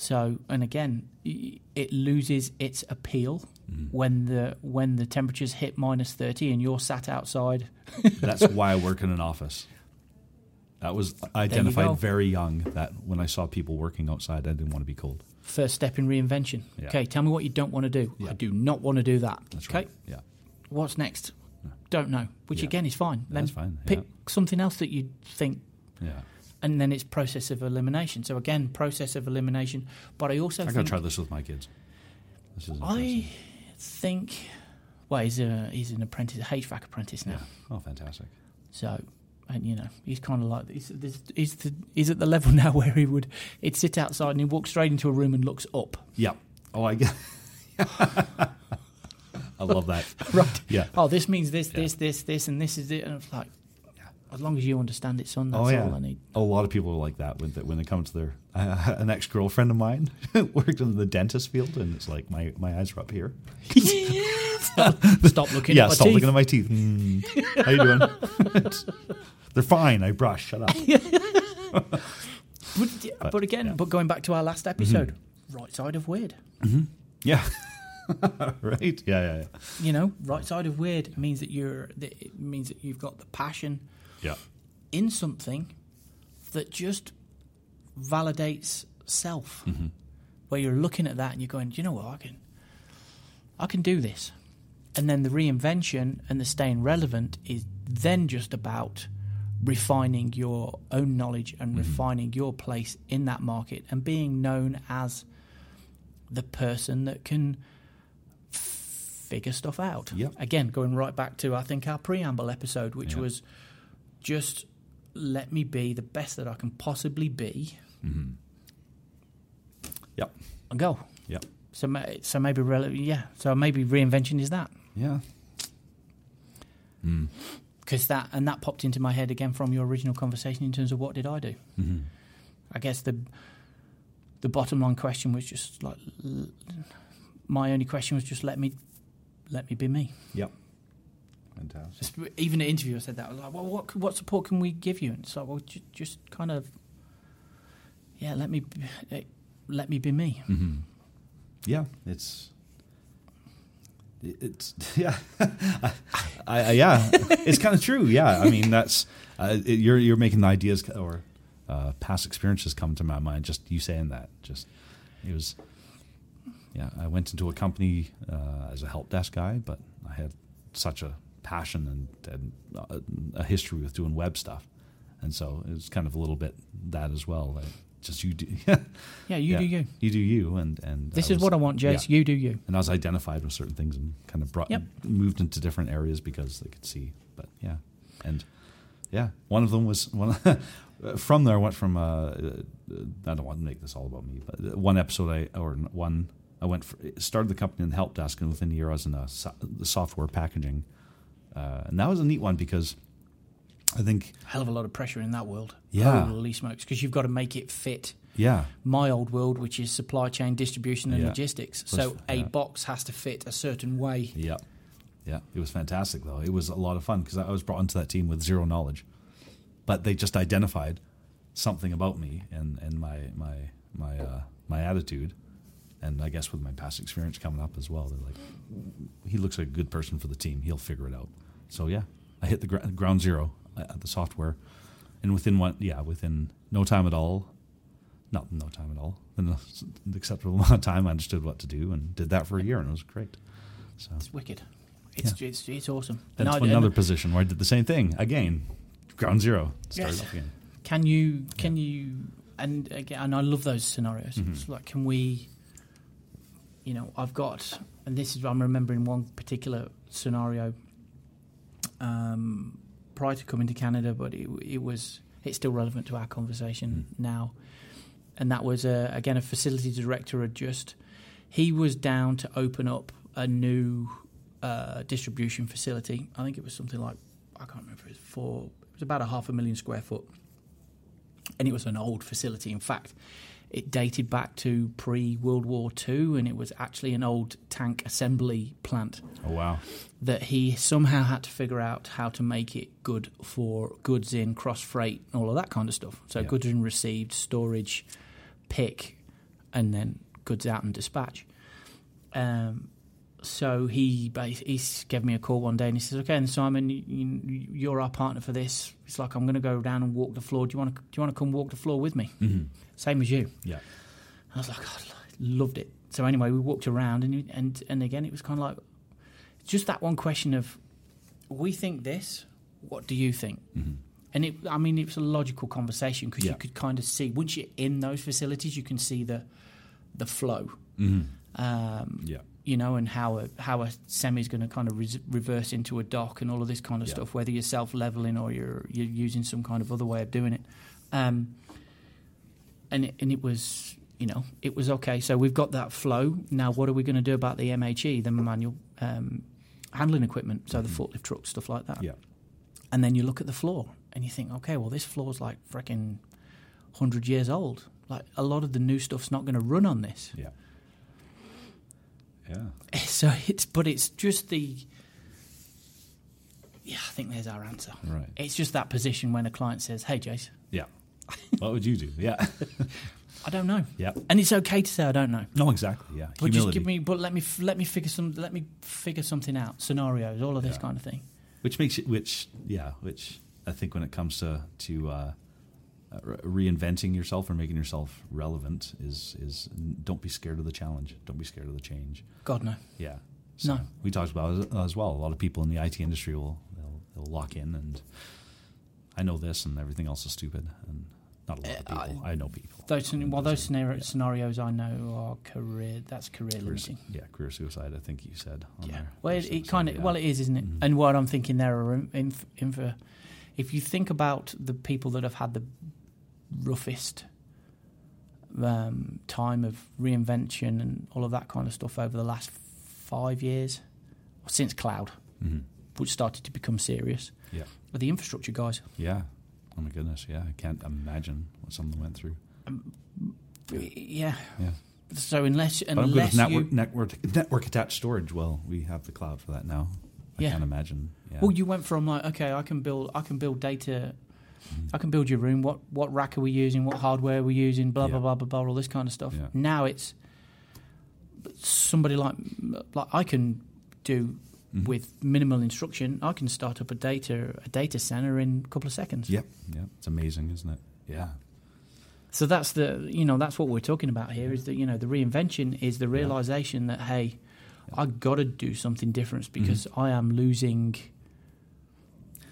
so, and again, y- it loses its appeal
Mm-hmm.
when the when the temperatures hit minus thirty and you're sat outside.
That's why I work in an office. That was I
There you go.
identified very young that when I saw people working outside, I didn't want to be cold.
First step in reinvention.
Yeah.
Okay, tell me what you don't want to do.
Yeah.
I do not want to do that.
That's
okay,
right. Yeah.
what's next? Don't know. Which
Yeah.
again is fine. Then
That's fine,
Pick
yeah.
something else that you think,
Yeah.
and then it's process of elimination. So again, process of elimination. But I also
I gotta
think
try this with my kids. This is
I
interesting.
think. Well, he's a he's an apprentice, a HVAC apprentice now.
Yeah. Oh, fantastic.
So, and you know, he's kind of like he's, this- he's, the, he's at the level now where he would he'd sit outside and he'd walk straight into a room and looks up.
Yeah. Oh, I get. I love that.
Right.
Yeah.
Oh, this means this,
Yeah.
this, this, this, and this is it. And it's like, as long as you understand it, son, that's
oh yeah.
all I need.
A lot of people are like that when they, when they come to their. Uh, an ex girlfriend of mine worked in the dentist field, and it's like my, my eyes are up here.
stop looking.
yeah,
at my
stop
teeth.
looking at my teeth. Mm, how you doing? They're fine. I brush. Shut up.
But, d- but again, but going back to our last episode, right side of weird.
Yeah. right. Yeah. Yeah. Yeah.
You know, right side of weird means that you're that it means that you've got the passion
yeah.
in something that just validates self. Where you're looking at that and you're going, you know what, I can, I can do this. And then the reinvention and the staying relevant is then just about refining your own knowledge and refining your place in that market and being known as the person that can figure stuff out.
Yep.
Again, going right back to I think our preamble episode, which
Yeah.
was just let me be the best that I can possibly be
Mm-hmm. Yep.
and go.
Yep.
So, ma- so maybe rele- yeah. So maybe reinvention is that
Yeah.
because that and that popped into my head again from your original conversation in terms of what did I do?
Mm-hmm.
I guess the the bottom line question was just like l- my only question was just let me let me be me.
Yep. Fantastic.
Just- even an interview, I said that. I was like, well, what, what support can we give you? And it's like, well, ju- just kind of, yeah, let me, b- eh, let me be me.
Mm-hmm. yeah, it's it's yeah, I, I, yeah, it's kind of true. Yeah, I mean that's uh, it, you're you're making the ideas co- or uh, past experiences come to my mind. Just you saying that, just it was. Yeah, I went into a company uh, as a help desk guy, but I had such a passion and, and a, a history with doing web stuff, and so it was kind of a little bit that as well. Like just you do,
Yeah, you
Yeah.
do you.
You do you, and and
This is
was-
what I want, Jace.
yeah.
You do you.
And I was identified with certain things and kind of brought
Yep.
moved into different areas because they could see. But yeah, and yeah, one of them was one. from there, I went from uh, uh, I don't want to make this all about me, but one episode I or one I went for, started the company in the help desk, and within a year I was in a so- the software packaging, uh, and that was a neat one because I think
Hell of a lot of pressure in that world.
Yeah.
Holy smokes, because you've got to make it fit
yeah
my old world, which is supply chain, distribution, and
Yeah.
logistics. So
Let's-
a
yeah.
box has to fit a certain way.
Yeah. Yeah. It was fantastic, though. It was a lot of fun because I was brought into that team with zero knowledge, but they just identified something about me and, and my, my, my, uh, my attitude. And I guess with my past experience coming up as well, they're like, he looks like a good person for the team. He'll figure it out. So yeah, I hit the gr- ground zero at the software, and within one, yeah, within no time at all, not no time at all, in an acceptable amount of time, I understood what to do and did that for a year, and it was great. So
It's wicked. It's it's, it's awesome.
then
And I-
to
and-
another position where I did the same thing again, ground zero. Started
Yes.
off again.
Can you? Can you? And again, and I love those scenarios.
Mm-hmm.
It's like, can we? You know, I've got, and this is I'm remembering one particular scenario. Um, prior to coming to Canada, but it, it was it's still relevant to our conversation now, and that was uh again a facility director had just he was down to open up a new uh, distribution facility. I think it was something like I can't remember. It was for it was about a half a million square foot and it was an old facility. In fact, it dated back to pre World War II, and it was actually an old tank assembly plant
Oh wow,
that he somehow had to figure out how to make it good for goods in, cross freight, all of that kind of stuff. So
Yeah.
goods in received, storage, pick, and then goods out and dispatch. Um, so he ba- he s- gave me a call one day and he says, "Okay, and Simon, you- you, you're our partner for this. It's like I'm going to go down and Mm-hmm. walk the floor. Do you want to do you want to come walk the floor with me? Same as you."
yeah,
I was like, God, like, loved it. So anyway, we walked around, and you- and and again, it was kind of like just that one question of, we think this. What do you think?
Mm-hmm.
And it, I mean, it was a logical conversation because
Yeah.
you could kind of see once you're in those facilities, you can see the the flow. Um,
Mm-hmm. Yeah.
you know, and how a how a semi is going to kind of res- reverse into a dock and all of this kind of
Yeah.
stuff, whether you're self leveling or you're you're using some kind of other way of doing it. Um, and it, and it was you know it was okay. So we've got that flow now. What are we going to do about the MHE, the manual um, handling equipment, so the forklift trucks, stuff like that.
Mm-hmm. Yeah.
And then you look at the floor and you think, okay, well this floor's like freaking hundred years old. Like a lot of the new stuff's not going to run on this.
Yeah. Yeah.
So it's, but it's just the. Yeah, I think there's our answer.
Right.
It's just that position when a client says, "Hey, Jace,
Yeah. What would you do? Yeah.
I don't know,"
Yeah.
and it's okay to say I don't know.
No, exactly. Yeah.
But
Humility.
just give me, but let me f- let me figure some let me figure something out. Scenarios, all of this
Yeah.
kind of thing.
which makes it which yeah which i think when it comes to to uh, uh, re- reinventing yourself or making yourself relevant is is don't be scared of the challenge don't be scared of the change
God no.
yeah
No.
we talked about it as well a lot of people in the it industry will they'll, they'll lock in and i know this and everything else is stupid and not a lot of
Uh,
people i, know people
Those
And
well, those
are-
scenario,
yeah.
scenarios I know are career. That's career
career,
limiting.
su- yeah career suicide i think you said on
Yeah.
there.
Well, it,
Career
it
suicide,
kind of
yeah. Mm-hmm.
well it is, isn't it? And what I'm thinking there are in- inf- infer. If you think about the people that have had the roughest um, time of reinvention and all of that kind of stuff over the last five years, or since cloud,
Mhm.
which started to become serious,
yeah
are the infrastructure guys.
yeah oh my goodness yeah i can't imagine what some of them went through
Yeah.
yeah
So unless
But I'm good
unless
with
you,
network, network, network attached storage. Well, we have the cloud for that now. I
Yeah.
can't imagine. Yeah.
Well, you went from like, okay, I can build, I can build data, I can build your room. What what rack are we using? What hardware are we using? Blah blah blah
Yeah.
blah blah. All this kind of stuff.
Yeah.
Now it's somebody like like I can do
Mm-hmm.
with minimal instruction. I can start up a data a data center in a couple of seconds.
Mm-hmm. yep, yep. It's amazing, isn't it? Yeah,
So that's the you know that's what we're talking about here is that you know the reinvention is the realization that hey, I got to do something different
Mm-hmm.
because I am losing.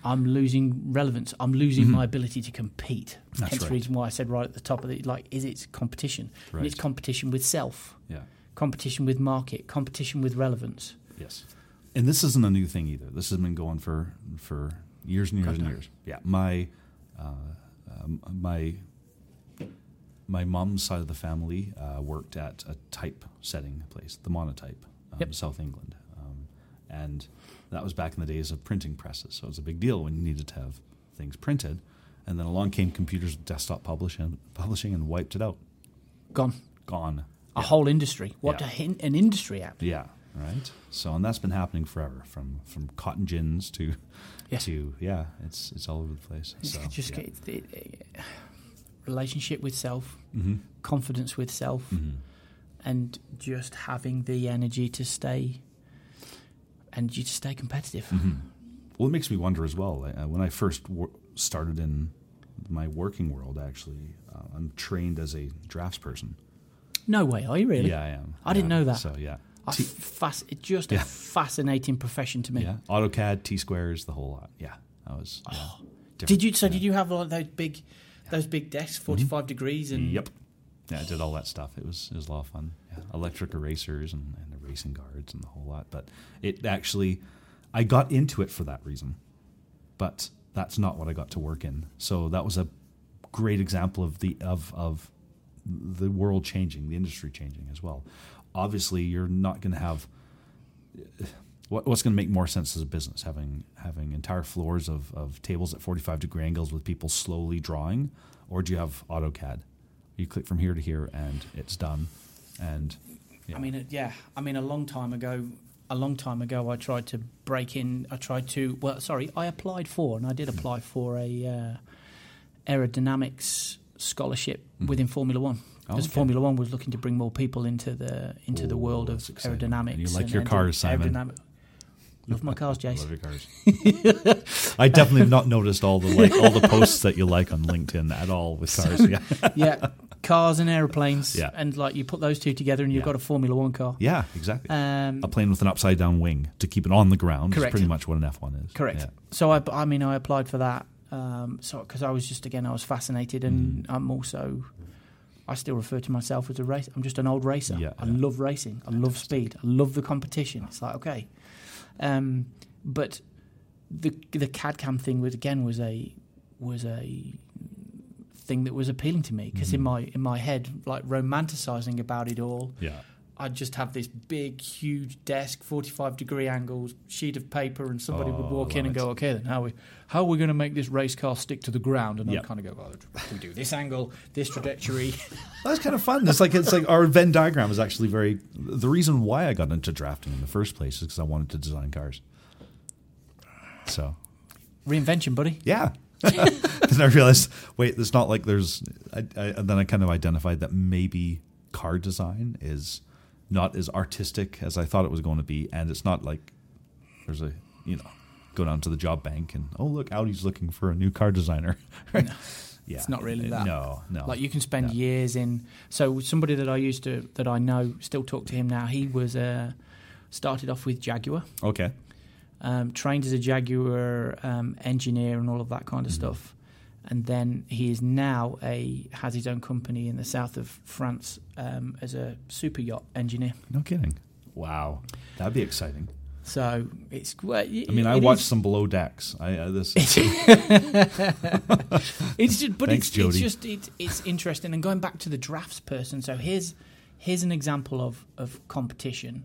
I'm losing relevance. I'm losing my ability to compete.
Mm-hmm. That's
Hence the
right.
reason why I said right at the top of it, like, is it's competition? And it's
Right.
competition with self,
yeah,
competition with market, competition with relevance.
yes. And this isn't a new thing either. This has been going for for years and years and
no.
years. Yeah, my uh, um, my my mom's side of the family uh, worked at a type setting place, the Monotype, um,
Yep.
South England, um, and that was back in the days of printing presses. So it was a big deal when you needed to have things printed, and then along came computers, with desktop publishing, publishing, and wiped it out.
Gone.
Gone.
A whole industry. What
Yeah.
a hin- an industry app.
Yeah, right. So and that's been happening forever, from from cotton gins to
Yeah.
to yeah, it's it's all over the place. So,
It's just
yeah.
get- it, it- relationship with self,
Mm-hmm,
confidence with self, and just having the energy to stay and you to stay competitive.
Mm-hmm. Well, it makes me wonder as well. Uh, when I first wor- started in my working world, actually, uh, I'm trained as a drafts person.
No way, are you really?
Yeah, I am.
I didn't
Yeah,
know that.
So yeah,
I
T-
fas- it's just
Yeah.
a fascinating profession to me.
yeah, AutoCAD, T squares, the whole lot. Yeah, I was. yeah.
Did
Different- Mm-hmm.
you? So Oh. did you have like those big, those big desks, 45 degrees, and
Yep. Yeah, I did all that stuff. It was it was a lot of fun. Yeah. Electric erasers and, and erasing guards and the whole lot. But it actually, I got into it for that reason. But that's not what I got to work in. So that was a great example of the of of the world changing, the industry changing as well. Obviously, you're not going to have what, what's going to make more sense as a business having having entire floors of, of tables at 45 degree angles with people slowly drawing or do you have AutoCAD you click from here to here and it's done and yeah
I mean, it- yeah. I mean, a long time ago, a long time ago, I tried to break in. I tried to. Well, sorry, I applied for, and I did
Mm.
apply for a uh, aerodynamics scholarship within Formula One because
Mm. Oh, okay.
Formula One was looking to bring more people into the into the
Oh,
world of
that's exciting.
aerodynamics.
And you like your cars, Simon.
aerodynamic- Love my cars,
I
Jace.
love your cars I definitely have not noticed all the like all the posts that you like on LinkedIn at all with cars yeah
yeah, cars and airplanes,
Yeah.
and like you put those two together, and you've
Yeah.
got a Formula One car.
Yeah, exactly.
Um,
a plane with an upside down wing to keep it on the ground
Correct.
is pretty much what an F one is.
Correct.
Yeah.
So I, I mean, I applied for that. Um, so because I was just again, I was fascinated, and
Mm.
I'm also, I still refer to myself as a race. I'm just an old racer.
Yeah,
I
yeah.
love racing. I love speed. I love the competition. It's like okay, um, but the the CAD CAM thing was again was a was a thing that was appealing to me because in my
Mm-hmm.
in my head, like romanticizing about it all,
Yeah.
I'd just have this big, huge desk, forty-five degree angles, sheet of paper, and somebody
Oh,
would walk
I
in and
love
go, "Okay, then how are we how are we going to make this race car stick to the ground?" And
Yeah.
I'd kind of go, "Well, we do this angle, this trajectory."
That's kind of fun. It's like it's like our Venn diagram is actually very. The reason why I got into drafting in the first place is because I wanted to design cars. So
Reinvention, buddy.
yeah, then I realized wait, it's not like there's. I, I, and then I kind of identified that maybe car design is not as artistic as I thought it was going to be, and it's not like there's a you know go down to the job bank and oh look Audi's looking for a new car designer. right? yeah,
It's not really that.
No, no.
Like you can spend
Oh, Yeah.
years in. So somebody that I used to that I know still talk to him now. He was uh, started off with Jaguar.
okay.
um, trained as a Jaguar um, engineer and all of that kind
Mm.
of stuff. And then he is now a has his own company in the south of France um, as a super yacht engineer.
No kidding. Wow, that'd be exciting.
So it's well,
I mean, I watched some below decks. I uh, this
It's just, but it's,
Thanks,
it's
Jody.
just it's it's interesting. And going back to the drafts person, so here's here's an example of of competition.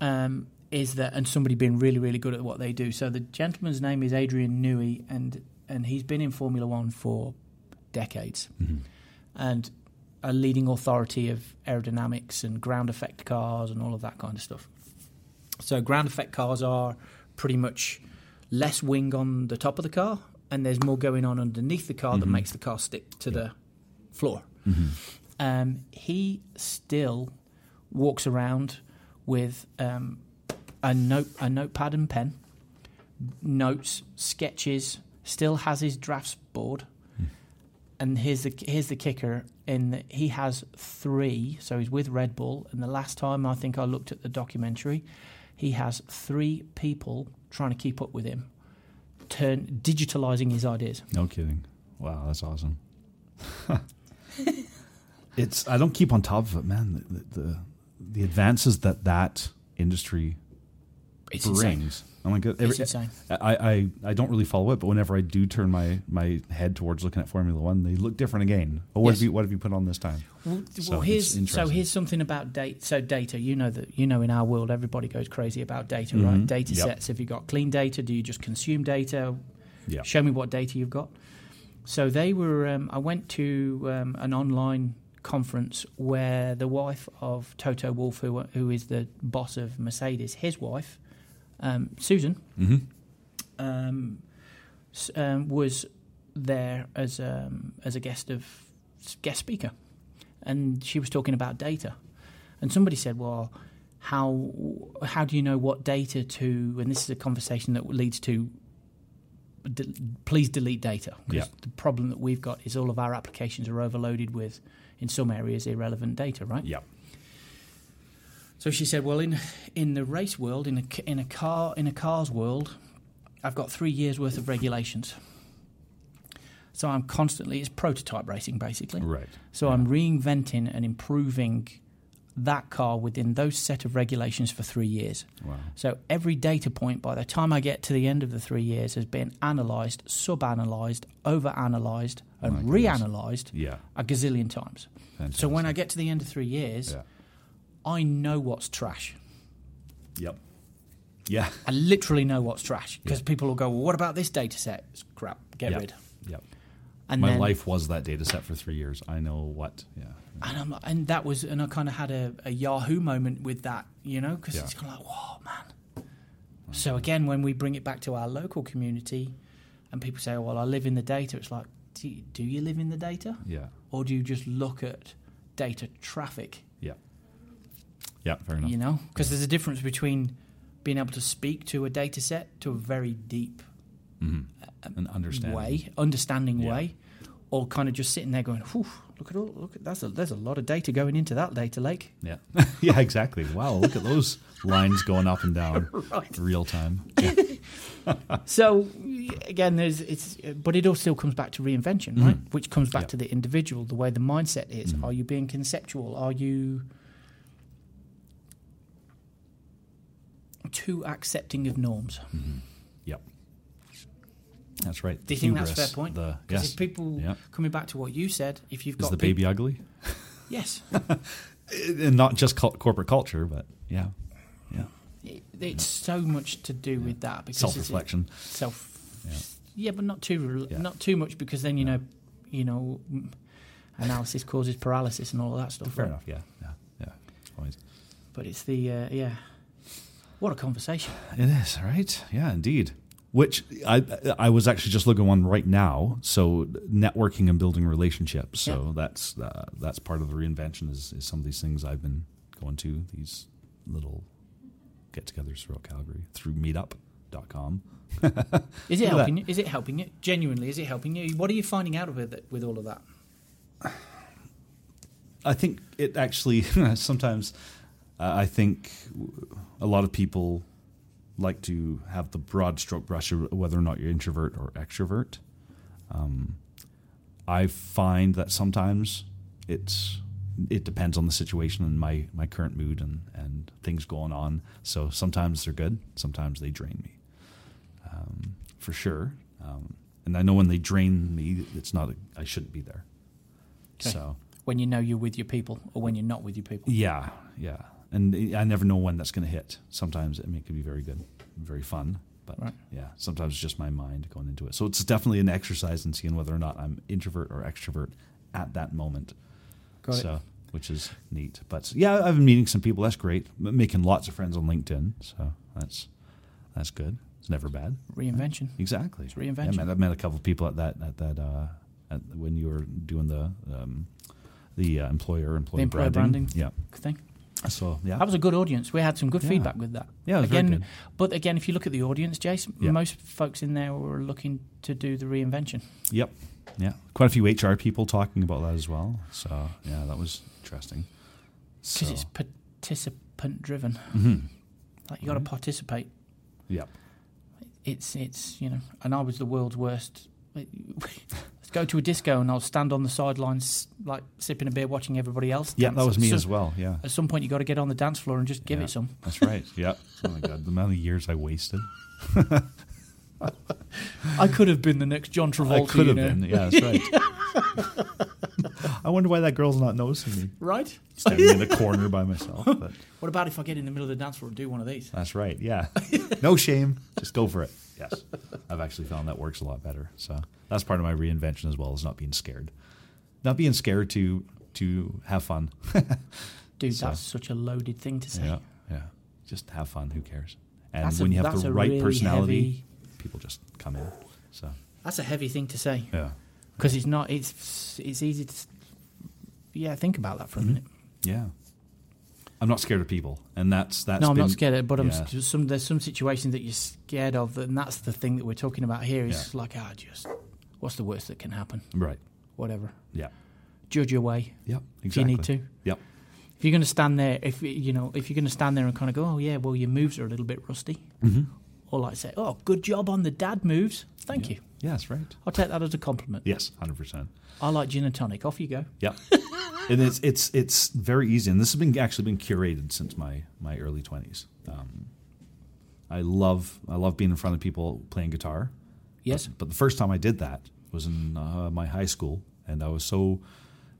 Um, is that and somebody being really really good at what they do. So the gentleman's name is Adrian Newey, and and he's been in Formula One for decades, and a leading authority of aerodynamics and ground effect cars and all of that kind of stuff. So ground effect cars are pretty much less wing on the top of the car, and there's more going on underneath the car that makes the car stick to the floor.
Mm-hmm.
Um, he still walks around with um, a note, a notepad and pen, notes, sketches. Still has his drafts board, and here's the here's the kicker: in that he has three. So he's with Red Bull, and the last time I think I looked at the documentary, he has three people trying to keep up with him, turn digitalizing his ideas.
no kidding. Wow, that's awesome. it's I don't keep on top of it, man. The the, the advances that that industry
It's
brings.
insane.
Oh my god,
It's insane.
I, I I don't really follow it, but whenever I do turn my my head towards looking at Formula One, they look different again. Oh, what
Yes.
have you what have you put on this time?
Well,
So
well
it's
here's so
interesting.
here's something about data. So data, you know that you know in our world everybody goes crazy about data, right? Data
Mm-hmm. Yep.
sets. Have you got clean data? Do you just consume data?
Yeah.
Show me what data you've got. So they were. Um, I went to um, an online conference where the wife of Toto Wolf, who who is the boss of Mercedes, his wife, um, Susan, um, s- um, was there as um, as a guest of guest speaker, and she was talking about data, and somebody said, "Well, how how do you know what data to?" And this is a conversation that leads to. De- please delete data 'cause
Yeah.
the problem that we've got is all of our applications are overloaded with, in some areas, irrelevant data. Right?
Yeah.
So she said, "Well, in in the race world, in a c- in a car in a car's world, I've got three years worth of regulations. So I'm constantly it's prototype racing basically.
Right.
So I'm reinventing and improving that car within those set of regulations for three years.
Wow.
So every data point by the time I get to the end of the three years has been analysed, sub-analysed, over-analysed, and
Oh My goodness.
reanalyzed
Yeah.
a gazillion times. So when I get to the end of three years,
Yeah.
I know what's trash.
Yep. Yeah.
I literally know what's trash because people will go, well, what about this data set? It's crap, get
Yeah.
rid.
Yep.
And
My
then,
life was that data set for three years. I know what. Yeah.
and, I'm, and that was, and I kind of had a, a Yahoo moment with that, you know, because
Yeah.
it's kind of like, whoa, man. So again, when we bring it back to our local community, and people say, well, I live in the data, it's like, do you, do you live in the data,
Yeah.
or do you just look at data traffic?
Yeah. Yeah. Fair enough.
You know, because there's a difference between being able to speak to a data set to a very deep
Mm-hmm. An understanding.
way, understanding
Yeah.
way, or kind of just sitting there going, Whew, look at all, look at that's a, there's a lot of data going into that data lake.
Yeah. yeah, exactly. Wow, look at those lines going up and down
Right.
real time.
So y- again, there's it's, but it all still comes back to reinvention, right? Which comes back
Mm-hmm. Yeah. Mm-hmm.
to the individual, the way the mindset is. Are you being conceptual? Are you too accepting of norms?
Yep. That's right.
Do
The
you think that's
hubris,
fair point?
The,
Because
yes.
if people
Yeah.
coming back to what you said, if you've got
Is the
peop-
baby ugly?
yes,
And not just cul- corporate culture, but yeah. Yeah.
It- it's so much to do with that because
Self
it's-
reflection.
self
Yeah.
yeah but not too rel-
Yeah.
not too much because then you know you know m- analysis causes paralysis and all of that stuff
Fair
right?
enough. Yeah. Yeah. Yeah. Always.
but it's the uh, yeah what a conversation
It is right. Yeah, indeed. Which I I was actually just looking on right now. So networking and building relationships. So
Yeah.
that's uh, that's part of the reinvention. Is, is some of these things I've been going to these little get-togethers throughout Calgary through Meetup.com.
is it
Look at
helping you is it helping you genuinely is it helping you what are you finding out of it that- with all of that
I think it actually sometimes uh, I think w- a lot of people like to have the broad stroke brush of whether or not you're introvert or extrovert. Um, I find that sometimes it's it depends on the situation and my, my current mood and, and things going on. So sometimes they're good, sometimes they drain me, um, for sure. Um, and I know when they drain me, it's not a, I shouldn't be there.
Okay.
So
when you know you're with your people or when you're not with your people
yeah, yeah. And I never know when that's going to hit. Sometimes I mean, it can be very good, very fun, but
Right.
yeah, sometimes it's just my mind going into it. So it's definitely an exercise in seeing whether or not I'm introvert or extrovert at that moment.
Got it.
so, which is neat. But yeah, I've been meeting some people. That's great. M- making lots of friends on LinkedIn. So that's that's good. It's never bad.
reinvention
Exactly. It's
reinvention.
Yeah, I met, I met a couple of people at that at that uh, at, when you were doing the um, the uh, employer employee
employer
branding.
branding.
Yeah.
thing
So yeah,
that was a good audience we had some good
Yeah.
feedback with that
Yeah, it was very
again
good.
but again if you look at the audience jace
Yeah.
most folks in there were looking to do the reinvention
Yep. Yeah. Quite a few HR people talking about that as well. So yeah, that was interesting. So
because it's participant driven.
Mhm.
Like you got to
Mhm.
participate.
yep.
It's it's you know, and I was the world's worst. Let's go to a disco and I'll stand on the sidelines like sipping a beer, watching everybody else.
Yeah,
dance.
that was me
So-
as well. Yeah.
At some point, you got to get on the dance floor and just give
Yeah.
it some.
That's right. Yep. Oh my god, the amount of years I wasted.
I could have been the next John Travolta.
I could
you
have
know.
been. Yeah, that's right. I wonder why that girl's not noticing me.
right.
Standing in a corner by myself. But
What about if I get in the middle of the dance floor and do one of these?
that's right. Yeah. No shame. Just go for it. Yes. I've actually found that works a lot better. So that's part of my reinvention as well is not being scared. Not being scared to to have fun.
Dude,
So-
that's such a loaded thing to say.
Yeah, yeah. Just have fun. Who cares? And
That's a-
when you have
that's
the
a
right
really
personality,
heavy-
people just come in. So
That's a heavy thing to say
yeah,
because it's not. It's it's easy to. s- Yeah, think about that for a
Mm-hmm.
minute.
yeah. I'm not scared of people, and that's that's.
no, I'm
been,
not scared of it, but I'm
yeah.
s- some there's some situations that you're scared of, and that's the thing that we're talking about here. Is
Yeah.
like, ah, just what's the worst that can happen?
right.
Whatever.
Yeah,
Judge your way
yep.
if
Exactly.
you need to.
Yep.
If you're going to stand there, if you know, if you're going to stand there and kind of go, oh yeah, well your moves are a little bit rusty,
Mm-hmm.
or like say, oh, good job on the dad moves. Thank you.
Yes, right.
I'll take that as a compliment.
Yes, hundred percent.
I like gin and tonic. Off you go.
Yep. and it's it's it's very easy, and this has been actually been curated since my my early twenties. Um, I love I love being in front of people playing guitar.
Yes.
But, but the first time I did that was in uh, my high school, and I was so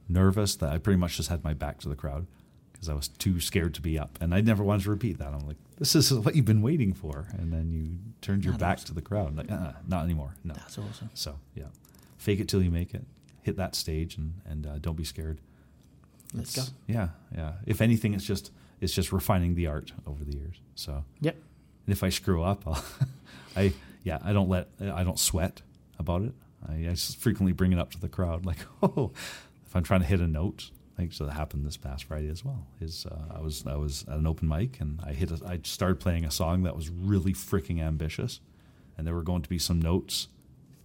nervous that I pretty much just had my back to the crowd because I was too scared to be up, and I never wanted to repeat that. I'm like, this is what you've been waiting for, and then you turned your
Not
back
awesome.
to the crowd. Like, uh, not anymore. No.
That's awesome.
So yeah, fake it till you make it. Hit that stage, and and uh, don't be scared.
Let's
It's-
go.
Yeah, yeah. If anything, it's just it's just refining the art over the years. So
Yep.
and if I screw up, I'll, I yeah, I don't let I don't sweat about it. I, I just frequently bring it up to the crowd, like oh, if I'm trying to hit a note. Like so, that happened this past Friday as well. Is uh, I was I was at an open mic and I hit a, I started playing a song that was really freaking ambitious, and there were going to be some notes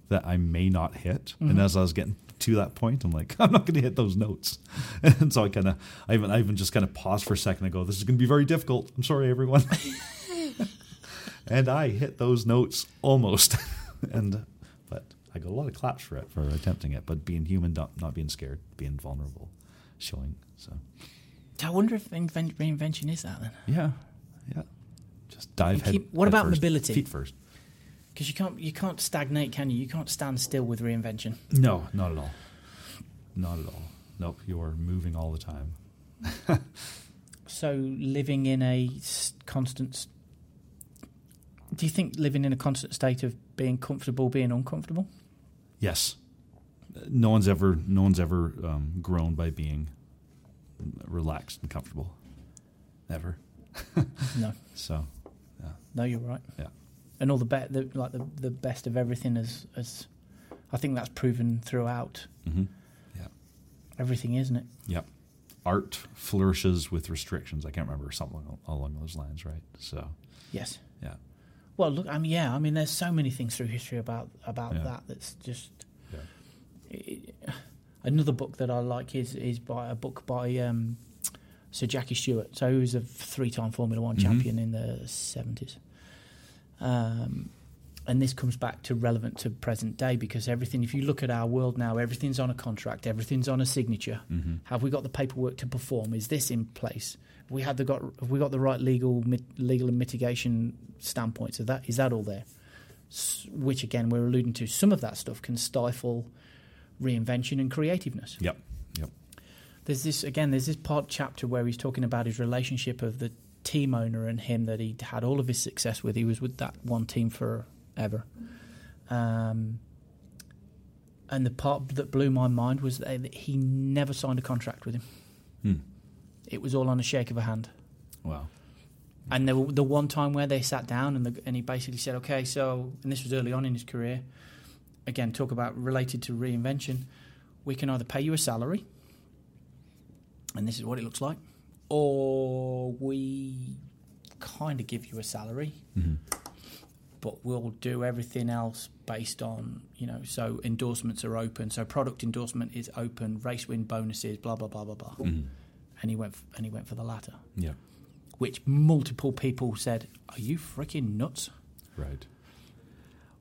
that I may not hit. And as I was getting to that point, I'm like, I'm not going to hit those notes. And so I kind of, I even, I even just kind of paused for a second and go, this is going to be very difficult. I'm sorry, everyone. and I hit those notes almost. and, but I got a lot of claps for it, for attempting it, but being human, not, not being scared, being vulnerable, showing. So,
I wonder if inven- reinvention is that then,
yeah, yeah. Just dive
And
head.
keep- what
head
about
first,
mobility?
Feet first.
because you can't you can't stagnate, can you? You can't stand still with reinvention.
No, not at all. Not at all. Nope, you're moving all the time.
So living in a s- constant. s- Do you think living in a constant state of being comfortable, being uncomfortable?
Yes. No one's ever no one's ever um, grown by being relaxed and comfortable. Never.
No,
So
no, you're right.
Yeah.
And all the bet, the, like the the best of everything is, is, I think that's proven throughout
mhm. yeah.
everything, isn't it?
Yep. Art flourishes with restrictions. I can't remember something al- along those lines, right? So
Yes.
yeah.
Well, look, I mean, yeah, I mean, there's so many things through history about about
Yeah.
that. That's just
Yeah.
another book that I like is is by a book by um, Sir Jackie Stewart. So he was a three-time Formula One
Mhm.
champion in the seventies. Um, and this comes back to relevant to present day because everything. If you look at our world now, everything's on a contract, everything's on a signature.
Mm-hmm.
Have we got the paperwork to perform? Is this in place? Have we had the got. Have we got the right legal, mit, legal and mitigation standpoints? Of that is that all there? S- Which again, we're alluding to. Some of that stuff can stifle reinvention and creativeness.
Yep. Yep.
There's this again. There's this part chapter where he's talking about his relationship of the team owner and him that he had all of his success with. He was with that one team forever. Um, and the part that blew my mind was that that he never signed a contract with him.
Hmm.
It was all on a shake of a hand.
Wow.
And there were the one time where they sat down and, the, and he basically said, okay, so, and this was early on in his career, again, talk about related to reinvention, we can either pay you a salary, and this is what it looks like, or we kind of give you a salary,
Mm-hmm.
but we'll do everything else based on, you know, so endorsements are open, so product endorsement is open, race win bonuses, blah, blah, blah, blah, blah. And he went, f- and he went for the latter
Mm-hmm. Yeah.
which multiple people said, "Are you freaking nuts?"
Right.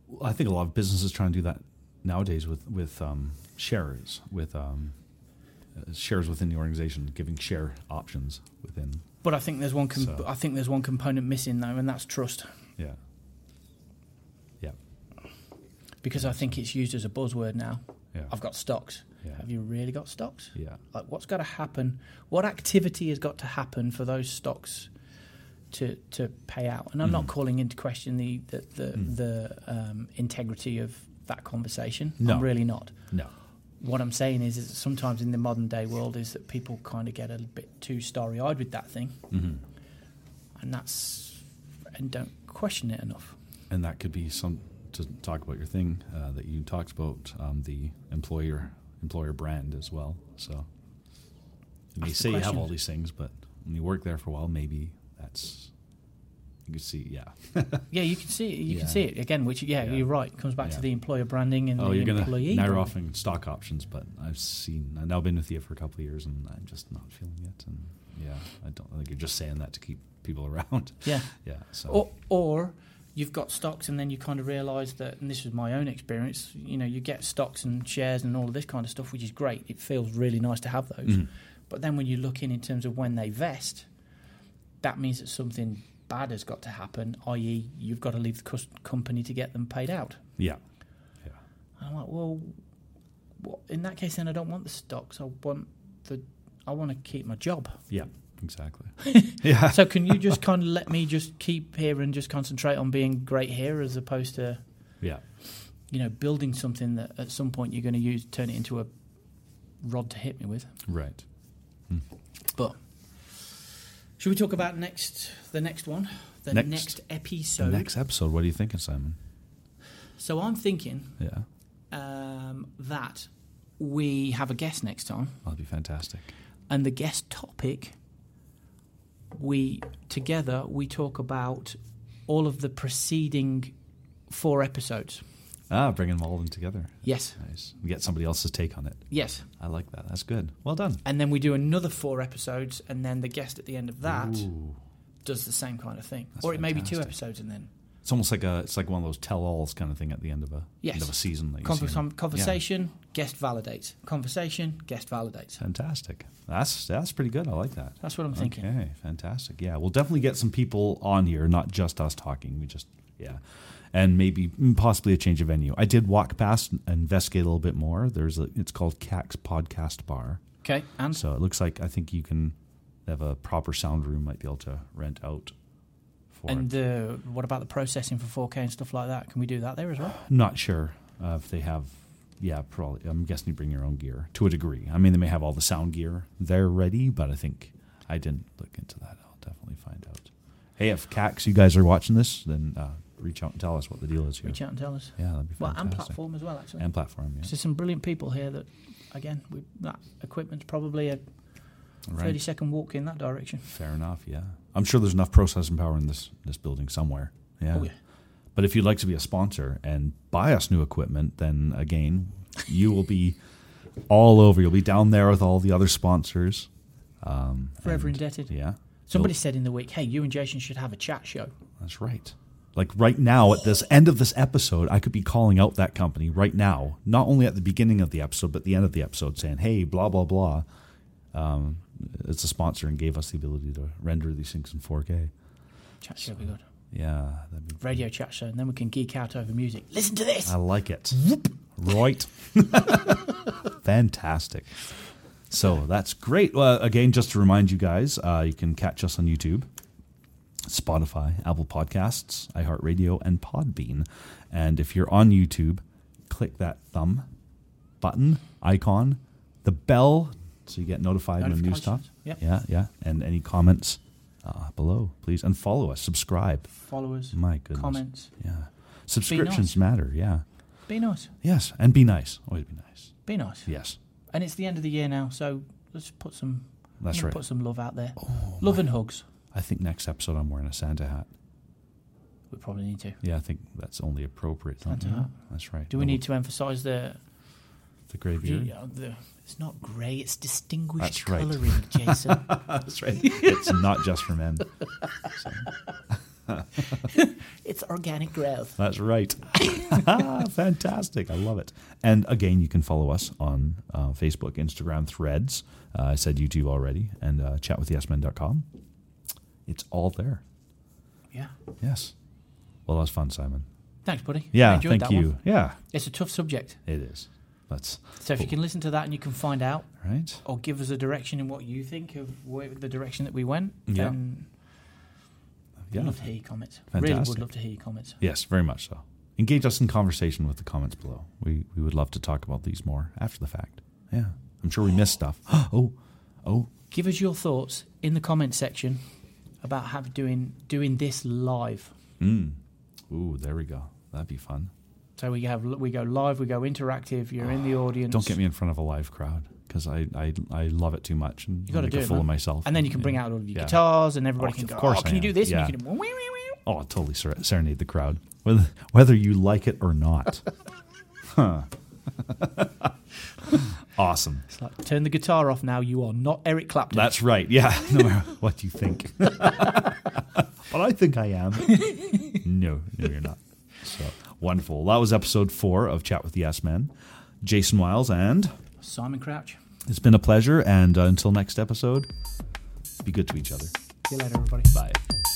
Well, I think a lot of businesses try and do that nowadays with with um, sharers, with um, uh, shares within the organization, giving share options within.
But I think there's one. Com-
So-
I think there's one component missing though, and that's trust,
Yeah. Yeah.
because I think it's used as a buzzword now.
Yeah.
I've got stocks.
Yeah.
Have you really got stocks?
Yeah.
Like, what's got to happen? What activity has got to happen for those stocks to to pay out? And I'm
Mm.
not calling into question the the the, the um, integrity of that conversation.
No.
I'm really not.
No.
what I'm saying is, is that sometimes in the modern day world is that people kind of get a little bit too starry eyed with that thing,
Mm-hmm.
and that's and don't question it enough.
And that could be some to talk about your thing uh, that you talked about um, the employer employer brand as well. So you may
That's the
say you have
question.
all these things, but when you work there for a while, maybe that's you can see. Yeah.
Yeah, you can see it. You
Yeah.
can see it again. Which yeah,
Yeah.
you're right. It comes back
Yeah.
to the employer branding and
Oh,
the
you're gonna
employee.
now you're
branding.
offering stock options, but I've seen I've now been with you for a couple of years, and I'm just not feeling it. And yeah, I don't I think you're just saying that to keep people around.
Yeah.
yeah. So
Or, or you've got stocks and then you kind of realise that, and this was my own experience, you know, you get stocks and shares and all of this kind of stuff, which is great. It feels really nice to have those.
Mm,
But then when you look in in terms of when they vest, that means that something bad has got to happen, i.e., you've got to leave the cus- company to get them paid out.
yeah, yeah,
And I'm like, well, what, in that case, then I don't want the stocks. I want the, I want to keep my job.
yeah, exactly. yeah,
So can you just kind of let me just keep here and just concentrate on being great here as opposed to
yeah,
you know building something that at some point you're going to use turn it into a rod to hit me with.
right.
But should we talk about next the next one, the
Next.
next,
So
episode?
next episode, what are you thinking, Simon?
So I'm thinking
Yeah,
um, that we have a guest next time,
that'll be fantastic.
and the guest topic we together we talk about all of the preceding four episodes.
Ah, bringing all of them together.
Yes.
Nice. We get somebody else's take on it.
Yes.
I like that. That's good. Well done.
And then we do another four episodes, and then the guest at the end of that
Ooh.
does the same kind of thing.
That's
or it may be two
fantastic.
episodes, and then
It's almost like a it's like one of those tell-alls kind of thing at the end of a
Yes.
end of a season. That you
Conver-
see.
com- conversation, guest validates. Conversation, guest validates.
Yeah. Fantastic. That's that's pretty good. I like that.
That's what I'm thinking.
Okay, fantastic. Yeah, we'll definitely get some people on here, not just us talking. We just, yeah, and maybe mm, possibly a change of venue. I did walk past and investigate a little bit more. There's a, it's called CAC's Podcast Bar,
Okay, and
so it looks like I think you can have a proper sound room. Might be able to rent out for.
and the, what about the processing for 4K and stuff like that? Can we do that there as well?
Not sure uh, if they have. Yeah, probably. I'm guessing you bring your own gear to a degree. I mean, they may have all the sound gear there ready, but I think I didn't look into that. I'll definitely find out. Hey, if CAX, you guys are watching this, then uh, reach out and tell us what the deal is here.
Reach out and tell us.
Yeah, that'd be fantastic.
Well, and platform as well, actually.
And platform, yeah.
So some brilliant people here that, again, we, that equipment's probably a
Right.
thirty-second walk in that direction.
Fair enough, yeah. I'm sure there's enough processing power in this, this building somewhere.
Oh, yeah.
But if you'd like to be a sponsor and buy us new equipment, then again, you will be all over. You'll be down there with all the other sponsors. Um,
Forever
and-
indebted.
Yeah.
Somebody said in the week, hey, you and Jason should have a chat show.
You'll- that's right. Like right now, at this end of this episode, I could be calling out that company right now, not only at the beginning of the episode, but the end of the episode, saying, hey, blah, blah, blah. Um, it's a sponsor and gave us the ability to render these things in 4K.
Chat show would be good.
Yeah. That'd be
Radio chat show, and then we can geek out over music. Listen to this.
I like it. Right. Fantastic. So that's great. Well, again, just to remind you guys, uh, you can catch us on YouTube, Spotify, Apple Podcasts, iHeartRadio, and Podbean. And if you're on YouTube, click that thumb button icon, the bell, so you get notified when new stuff.
Notifications, yep.
Yeah, yeah. And any comments uh, below, please. And follow us, subscribe.
Followers,
My goodness.
comments.
Yeah. Subscriptions matter. Yeah.
Be nice.
Yes, and be nice. Always be nice.
Be nice.
Yes,
And it's the end of the year now, so let's put some.
that's
let's
right. Oh,
Put some love out there. love and hugs.
I think next episode I'm wearing a Santa hat.
We probably need to.
Yeah, I think that's only appropriate. don't
Santa
you?
hat.
That's right.
Do we
The-
need to emphasise the?
the grey beard?
yeah, the it's not grey. It's distinguished
That's right.
colouring, Jason.
That's right. it's not just for men.
it's organic growth.
That's right. Fantastic. I love it. And again, you can follow us on uh, Facebook, Instagram, Threads. Uh, I said YouTube already, and uh, chatwithyesmen.com. It's all there.
Yeah.
Yes. Well, that was fun, Simon.
Thanks, buddy. I
Yeah,
enjoyed
thank
that
you.
One.
Yeah,
It's a tough subject.
it is. That's
So if you can listen to that and you can find out
right.
or give us a direction in what you think of where, the direction that we went,
Yeah.
then
Yeah.
would love to hear your comments. Really
Fantastic.
would love to hear your comments.
Yes, very much so. Engage us in conversation with the comments below. We we would love to talk about these more after the fact. Yeah, I'm sure we missed stuff. oh, oh,
Give us your thoughts in the comment section about how doing doing this live.
mm. ooh, there we go. That'd be fun.
So we have we go live, we go interactive. You're in the audience.
Don't get me in front of a live crowd because I, I I love it too much and
You gotta
make
do
a
it,
fool of
man.
myself.
And then you can bring out all of your
Yeah.
guitars, and everybody
Oh,
can
of
go.
course
oh, can
I
you do
am.
this?
Yeah.
And you can.
Oh, I'll totally ser- serenade the crowd, whether whether you like it or not. huh. awesome.
It's like turn the guitar off now. You are not Eric Clapton.
That's right. Yeah. No matter what you think. but I think I am. No, no, you're not. So wonderful. That was episode four of Chat with the Yes Men. Jason Wiles, and
Simon Crouch.
it's been a pleasure. And uh, until next episode, be good to each other.
See you later, everybody.
Bye.